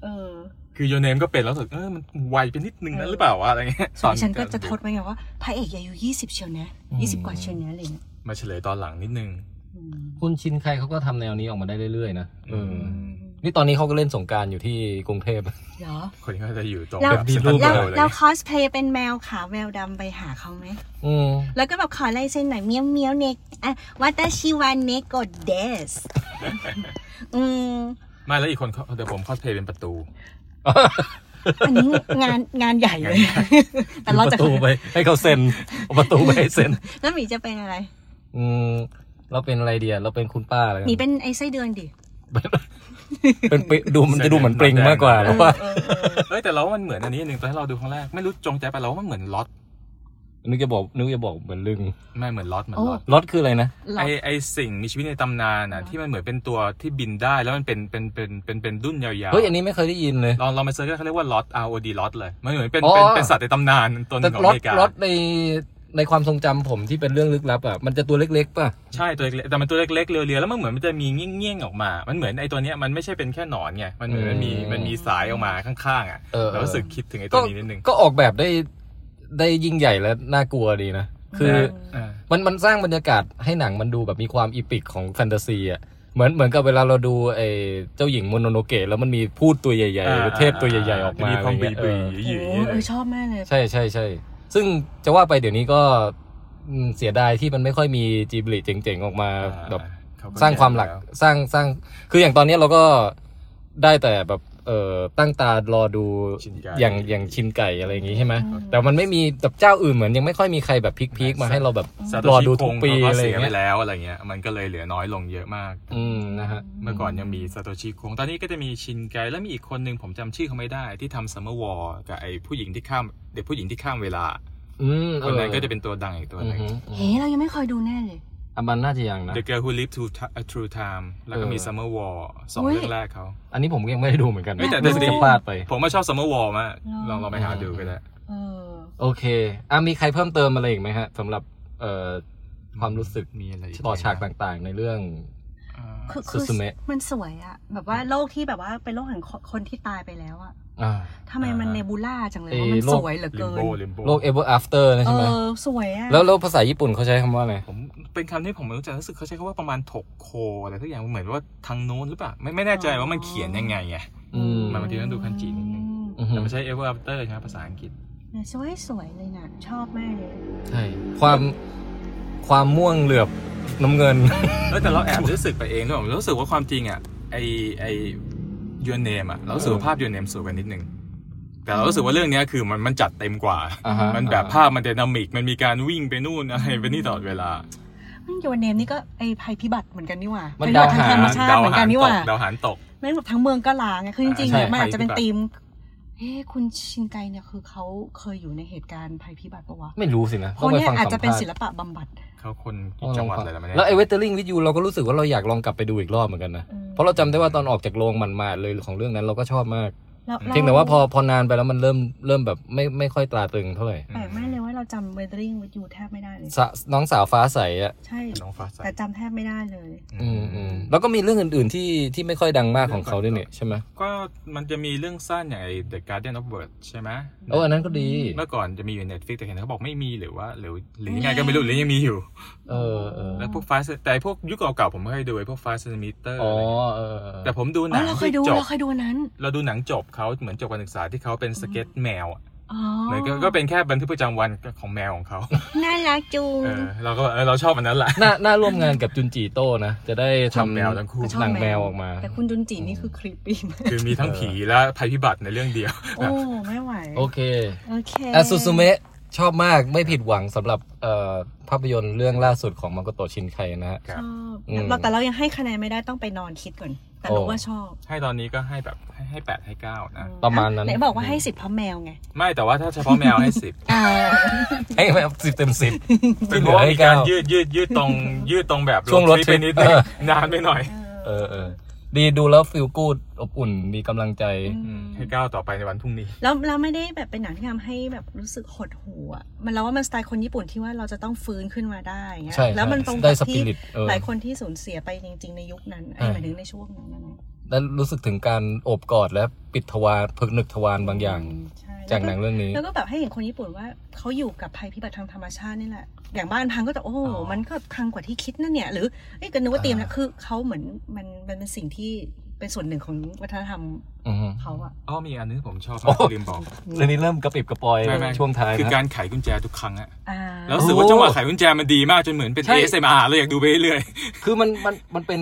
B: เออ
C: คือโยเนมก็เป็นแล้วรู้สึกเออมันไวไปนิดนึงนะหรือเปล่าวะอะไรเงี้ย
B: ส่วนดิฉันก็จะทดไว้ไงว่าพระเอกอายุยี่สิบเชียวนะยี่สิบกว่าเชียวนะอะไรอย่างเงี้ย
C: มาเฉลยตอนหลังนิดนึง
B: อืม
A: คุณชินใครเขาก็ทำแนวนี้ออกมาได้เรื่อยๆนะเออนี่ตอนนี้เขาก็เล่นสงกรารอยู่ที่กรุงเทพ
B: เหรอ
C: คนนี้ก็จะอยู่ตรง
B: แล้ว
C: แบบเซ็นทรั
A: แล้
C: ล
B: แล้
A: ว
B: ว
C: เวิลด์อะไร
B: แล้ว
C: เงี้ย
B: คอสเพลย์เป็นแมวขาวแมวดำไปหาเขาไหม
A: อืม
B: แล้วก็แบบขอลายเซ็นหน่อยเมียวเมียวเนกอ่ะวัตชิวานเนโกเดส อืม
C: ไม่แล้วอีกคนเขาเดี๋ยวผมคอสเพลย์เป็น ประตู
B: อันนี้งานงานใหญ่เลย แต่เรา
A: ป
B: จะ
A: ระตูไปให้เขาเซ็นเอาประตูไปให้เซ็น
B: แล้วหมีจะเป็นอะไร
A: อืมเราเป็นอะไรเดียเราเป็นคุณป้าอะไรกั
B: หมีเป็นไอ้ไส้เดือนดิ
A: เป็นปิดูมันจะดูเหมือนปริงมากกว่า
B: เอ
A: เพราะ
B: อ
A: ว่า
B: เออเออ
C: เอ้ยแต่เราว่ามันเหมือนอันนี้หนึ่งตอนที่เราดูครั้งแรกไม่รู้จงใจไปเราว่ามันเหมือนล็อต
A: นึกจะบอกนึกจะบอกเหมือนลึง
C: ไม่เหมือนล็อตเหมือนล็อต
A: รถคืออะไรนะ
B: หลอ
C: ไอก ไอสิ่งมีชีวิตในตำนานอ่ะที่มันเหมือนเป็นตัวที่บินได้แล้วมันเป็นเป็นเป็นเป็นเป็นดุ้นยาว
A: เฮ้ย อันนี้ไม่เคยได้ยินเลย
C: ๆลองลองไปเซิร์ชกันเขาเรียกว่าล็อต R O D ล็อตเลยมันเหมือนเป็น
A: อ๋อ
C: เป็นเป็นสัตว์ในตำนานตัวหนึ
A: แต่
C: งของ
A: รถ
C: อเมริการ
A: ถในในความทรงจำผมที่เป็นเรื่องลึกลับอ่ะ มันจะตัวเล็กๆป่ะ
C: ใช่ตัวเล็กๆแต่มันตัวเล็กๆเรียวๆแล้วมันเหมือนมันจะมีเงี้ยงๆออกมา มันเหมือนไอตัวเนี้ยมันไม่ใช่เป็นแค่หนอนไงมันเหมือนมันมี
A: อืม
C: มันมีสายออกมาข้างๆอ่ะ
A: เออ
C: เรารู้สึกคิดถึงไอตัวนี้นิดนึง
A: ก็ออกแบบได้ได้ยิ่งใหญ่และน่ากลัวดีนะ คือ
C: อ่า
A: มันมันสร้างบรรยากาศให้หนังมันดูแบบมีความอีปิกของแฟนตาซีอ่ะ เหมือนเหมือนกับเวลาเราดูไอ้เจ้าหญิงโมโนโนเกะแล้วมันมีพูดตัวใหญ่ๆหรือเทพตัวใหญ่ๆออกมา
C: มี
A: อะ
C: ค
A: ไร
C: วาม
A: อืมเสียดายที่มันไม่ค่อยมีจีบลิเจ๋งๆ ออกมาแบบ
C: เขก็
A: สร้างความหลักสร้างสร้าง คืออย่างตอนเนี้ยเราก็ได้แต่แบบเออตั้งตารอดู
C: ชินไก่
A: อย่างอย่างชินไก่อะไรอย่างงี้ใช่ไหม
B: อืม
A: แต่มันไม่มีแบบเจ้าอื่นเหมือนยังไม่ค่อยมีใครแบบพลิกๆมาให้เราแบบ
C: ซาโต
A: รอ
C: ชิ
A: ดูทุกปี
C: คงขา
A: อะไรอ
C: เสี
A: ย่างเงี้ย
C: ไปแล้วอะไรเงี้ย มันก็เลยเหลือน้อยลงเยอะมาก
A: อืมนะฮะ
C: เมื่อก่อนยังมีซาโตชิคง ตอนนี้ก็จะมีชินไก แล้วมีอีกคนหนึ่งผมจำชื่อเขาไม่ได้ ที่ทำซัมเมอร์วอลกับไอ้ผู้หญิงที่ข้ามเด็กผู้หญิงที่ข้ามเวลา
A: อืม
C: คนนั้นก็จะเป็นตัวดังอีกตัวหนึง
B: เฮ้เรายังไม่เคยดูแน่เลย
A: อันมันน่าจะยังนะ
C: The Girl Who Lived Through Ti- Through Time แล้วก็มี
A: เออ
C: Summer War สอง
B: อุ๊ย
C: เรื่องแรกเขา
A: อันนี้ผมก็ยังไม่ได้ดูเหมือนกัน
C: เฮ้ยแต่
A: รู้สึก
C: แต่ดี
A: จะพลาดไป
C: ผมว่าชอบ Summer War มาก
B: หรอ
C: ลองลองไปหาดูก็ได้
B: เออ
A: โอเคอ่ะมีใครเพิ่มเติมอะไรอีกไหมฮะสำหรับเอ่อความรู้สึก
C: มีอะไรอีก
A: ต่อฉากต่างๆ ในเรื่อง
C: อ่า
B: คือคือ
A: ซูซูเมะ
B: มันสวยอะแบบว่าโลกที่แบบว่าเป็นโลกแห่งคนคนที่ตายไปแล้วอะ
A: อ่า
B: ทำไมมัน
C: อ่า
B: เนบูล่าจังเลย
A: เอ่อ
B: ว่ามัน
A: โลก
B: สวยเหลือ
C: ลิ
B: เกิ
C: ม
B: น
C: โบลิมโบ
A: โลก ever after นะ
B: เอ
A: ใช่ไหม
B: อสวยอะ
A: แล้วแล้วภาษาญี่ปุ่นเขาใช้คำว่าอะไร
C: ผมเป็นคำที่ผมไม่รู้จักรู้สึกเขาใช้คำว่าประมาณถกโคอะไรทุกอย่างเหมือนว่าทางโน้นหรือเปล่าไม่ไม่แน่ใจว่ามันเขียนยังไงไง
A: อืม
C: มันบางทีต้องดูคันจินิดนึง
A: อือฮึ
C: แต่ไม่ใช่ ever after ใช่ไหมภาษาอังกฤษ
B: สวยสวยๆเลยนะชอบมากเลย
A: ใช่ความความม่วงเหลือบน้ำเงิน
C: เออแต่เราแอบรู้สึกไปเองด้วยผมรู้สึกว่าความจริงอ่ะไอไอยูเนมอ่ะเรารู้สึกว่าภาพยูเนมสวยกว่านิดนึง แต่เรารู้สึกว่าเรื่องเนี้ยคือมันมันจัดเต็มกว่า
A: อ่าฮะ
C: มันแบบภาพมันไดนามิก มันมีการวิ่งไปนู่นอะไรไปนี่ตลอดเวลา
B: มันโยนเนมนี่ก็ไอภัยพิบัติเหมือนกันนี่หว่า
A: มัน
B: ภัยพิ
A: ดาวหา
B: บัติทางธรรมชาติเหมือนกันนี่หว่า
C: ดาวหางตก
B: แม่งแบบทั้งเมืองก็ล้างอะคือจริงๆ
C: ใช่
B: เนี่ยมันอาจจะ
C: ภัยพิ
B: เป็น
C: บัติ
B: ธีมเฮ้คุณชินไกเนี่ยคือเขาเคยอยู่ในเหตุการณ์ภัยพิบัติปะวะ
A: ไม่รู้สินะ
B: ค
A: ต้อง
B: น
A: ไป
B: เนี้ย
A: ฟัง
B: อาจ
A: สัม
B: จะเป็น
A: ภาษ
B: ศิล
A: ณ์
B: ปะบำบัด
C: เขาคน
A: ต้
C: กี่
A: องล
C: จั
A: อง
C: งหวัด
A: ฟัง
C: อะไรแล้วไม่แน่
A: แล้วไอเวทเตอร์ลิงวิดยูเราก็รู้สึกว่าเราอยากลองกลับไปดูอีกรอบเหมือนกันนะ
B: อืม
A: เพราะเราจำได้ว่าตอนออกจากโรงมันมาเลยของเรื่องนั้นเราก็ชอบมาก
B: แล้วร
A: เพียงแต่ว่าพอพอนานไปแล้วมันเริ่มเริ่มแบบไม่ไม่ค่อยตราตรึงเท่าไหร่
B: แปลกมากเลยว่าเราจำ Weathering with You แทบไม่ได้เลย
A: สะน้องสาวฟ้าใสอ่ะ
B: ใช่
C: น้องฟ้าใส
B: แต่จำแทบไม่ได้เลย
A: อืมอืมแล้วก็มีเรื่องอื่น ๆที่ที่ไม่ค่อยดังมากของเขาด้วยเนี่ยใช่ไหม
C: ก็มันจะมีเรื่องสั้นอย่างไอ The Guardian of Birds ใช่ไหม
A: โอ้อันนั้นก็ดี
C: เมื่อก่อนจะมีอยู่ Netflix แต่เห็นเขาบอกไม่มีหรือว่าหรือหรือยังไงก็ไม่รู้หรือยังมีอยู่
A: เออเออ
C: แล้วพวกฟ้าเซแต่พวกยุคเก่าๆผมไม่เคยดูไอ้พวกฟ้าเซนมิเตอร์
A: อ๋อเออเออ
C: แต่ผมดูห
B: อ๋
C: นั
B: อง เราเคย
C: ที่
B: ดู
C: จบ
B: เราเคยดูอันนั้น
C: เราดูหนังจบเขาเหมือนจบการศึกษาที่เขาเป็นสเก็ตแมวอะ
B: อ๋อ
C: เหมือนก็ก็เป็นแค่บันทึกประจำวันของแมวของเขา
B: น่ารักจุง
C: เออเราก็แบบเออเราชอบอันนั้นแหละ
A: น่าน่าร่วมงานกับจุนจีโต้นะจะได้
C: ชอบ
A: ทำ
C: แมวทั้งคู่
A: หนังแมวออกมา
B: แต่คุณจุนจีนี่คือครีปปี้มาก
C: คือมีทั้งผีและภัยพิบัติในเรื่องเดียว
B: โอ้ ไม่ไหว
A: โอเค
B: โอเค
A: อาซูซูเมะชอบมากไม่ผิดหวังสำหรับเอ่อภาพยนตร์เรื่องล่าสุดของมังโกโตชินไคนะ ฮะ
C: ค
B: ช
C: รับ
B: อบ
A: อืม
B: เราแต่เรายังให้คะแนนไม่ได้ต้องไปนอนคิดก่อน แต่รู้
A: โอ้
B: ว่าชอบ
C: ให้ตอนนี้ก็ให้แบบให้ให้แปดให้เก้านะ
A: ประมาณนั้น
B: ไหนบอกว่าให้สิบเพราะแมวไง
C: ไม่แต่ว่าถ้าเฉพาะแมวให้สิบ
B: อ่า
A: ให้แบบสิบเต็มสิบ
C: เป็
A: ที่
C: น
A: เหลื
C: เพ
A: อ
C: ราะว่า
A: ให้
C: มีกา
A: เก้า
C: รยืดยืดยืด ตรงยืดตรงแบบ
A: ช่วงรถ
C: ไปนิดนึ
A: เอง อ
C: นานไปหน่อย
A: เออเออดีดูแล้วฟิลกูดอบอุ่นมีกำลังใจ
C: ให้เก้าต่อไปในวันพรุ่งนี้
B: แล้วเราไม่ได้แบบเป็นหนังที่ทำให้แบบรู้สึกหดหูอ่ะมันเราว่ามันสไตล์คนญี่ปุ่นที่ว่าเราจะต้องฟื้นขึ้นมาได้อย่างเงี้ย
A: ใช่
B: แล้วมัน
A: ใช่
B: ตรง
A: ได้
B: กับ
A: สปิ
B: ที่
A: ริตเออ
B: หลายคนที่สูญเสียไปจริง ๆ ในยุคนั้น
A: ใช่
B: เอ้ยหมายถึงในช่วงนั้นนะ
A: แล้วรู้สึกถึงการโอบกอดและปิดทวารผนึกทวารบางอย่าง
B: ใช่
A: จากหนังเรื่องนี้
B: แล้วก็แบบให้เห็นคนญี่ปุ่นว่าเขาอยู่กับภัยพิบัติทางธรรมชาตินี่แหละ อย่างบ้านพังก็จะโอ้โห
A: อ๋อ
B: มันก็พังกว่าที่คิดนั่นเนี่ย หรือเอ้ยก็นึกว่าเตรียมแล้ว
A: อ่า
B: คือเขาเหมือนมันมันเป็นสิ่งที่เป็นส่วนหนึ่งของวัฒนธรรม
A: อือฮึ
B: เขาอะ
C: อ๋อมีอันนึงผมชอบ
A: โอ้
C: ที่ลืมบอก
A: เรื่องนี้เริ่มกระปิบกระปอย
C: ไม่ไม่
A: ช่วงท้าย
C: คือ
A: นะ
C: การไขกุญแจทุกครั้งอะ
B: อ่า
C: แล้วรู้สึกว่าจังหวะไขกุญแจมันดีมากจนเหมือนเป็น
A: ใช่
C: ASMR เลยอยากดูไปเรื่อย
A: คือมันมันมันเป็น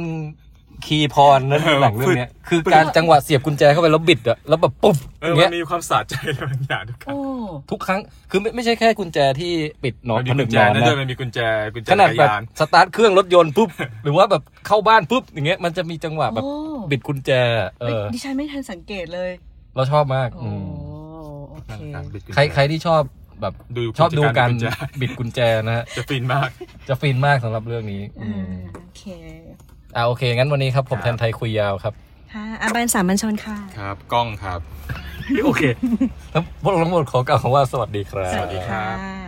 A: คีย์พรนะ
C: เออ
A: หลังเรื่องเนี้ยคือ
C: ฝึก
A: การจังหวะเสียบกุญแจเข้าไปแล้วบิดอะแล้วแบบปุ๊บ
C: ๆเอ
A: อ
C: อย่าง มั
A: เงี้ย
C: นมีความสะใจอะไรบางอย่างทุกครั้ง
B: โอ้
A: ทุกครั้งคือไม่ไม่ใช่แค่กุญแจที่ปิดหนอน
C: มั
A: ผ
C: มี
A: นึก
C: กุญแจ
A: นอน
C: นั่น
A: นะ
C: ด้วยมันมีกุญแจกุญแจ
A: ขนาด
C: จั
A: แบ
C: กร
A: บ
C: ยาน
A: สตาร์ทเครื่องรถยนต์ปุ๊บ หรือว่าแบบเข้าบ้านปุ๊บอย่างเงี้ยมันจะมีจังหวะแบบ
B: โอ้
A: บิดกุญแจเอ
B: เอ้ย
A: อ
B: ดิฉันไม่ทันสังเกตเลย
A: เราชอบมาก
B: โอ้
A: อืม
B: โอเค
C: นั่นการบิดกุญแจ
A: ใครใครที่ชอบแบบ
C: ดู
A: ชอบดูการ
C: กิจการ
A: บิดกุญแจนะฮ ะ
C: จะฟินมาก
A: จะฟินมากสำหรับเรื่องนี้อื
B: อ่าม โอเค
A: อ่าโอเค งั้นวันนี้ครับผม
C: ครับ
A: แทนไทยคุยยาวครับ
B: ค่ะอาบานสามัญชนค่ะ
C: ครับกล้องครับ
A: โอเค แล้วพวกเราทั้งหมดขอกล่าวคำว่าสวัสดีครับ
C: สวัสดีครับ
B: บ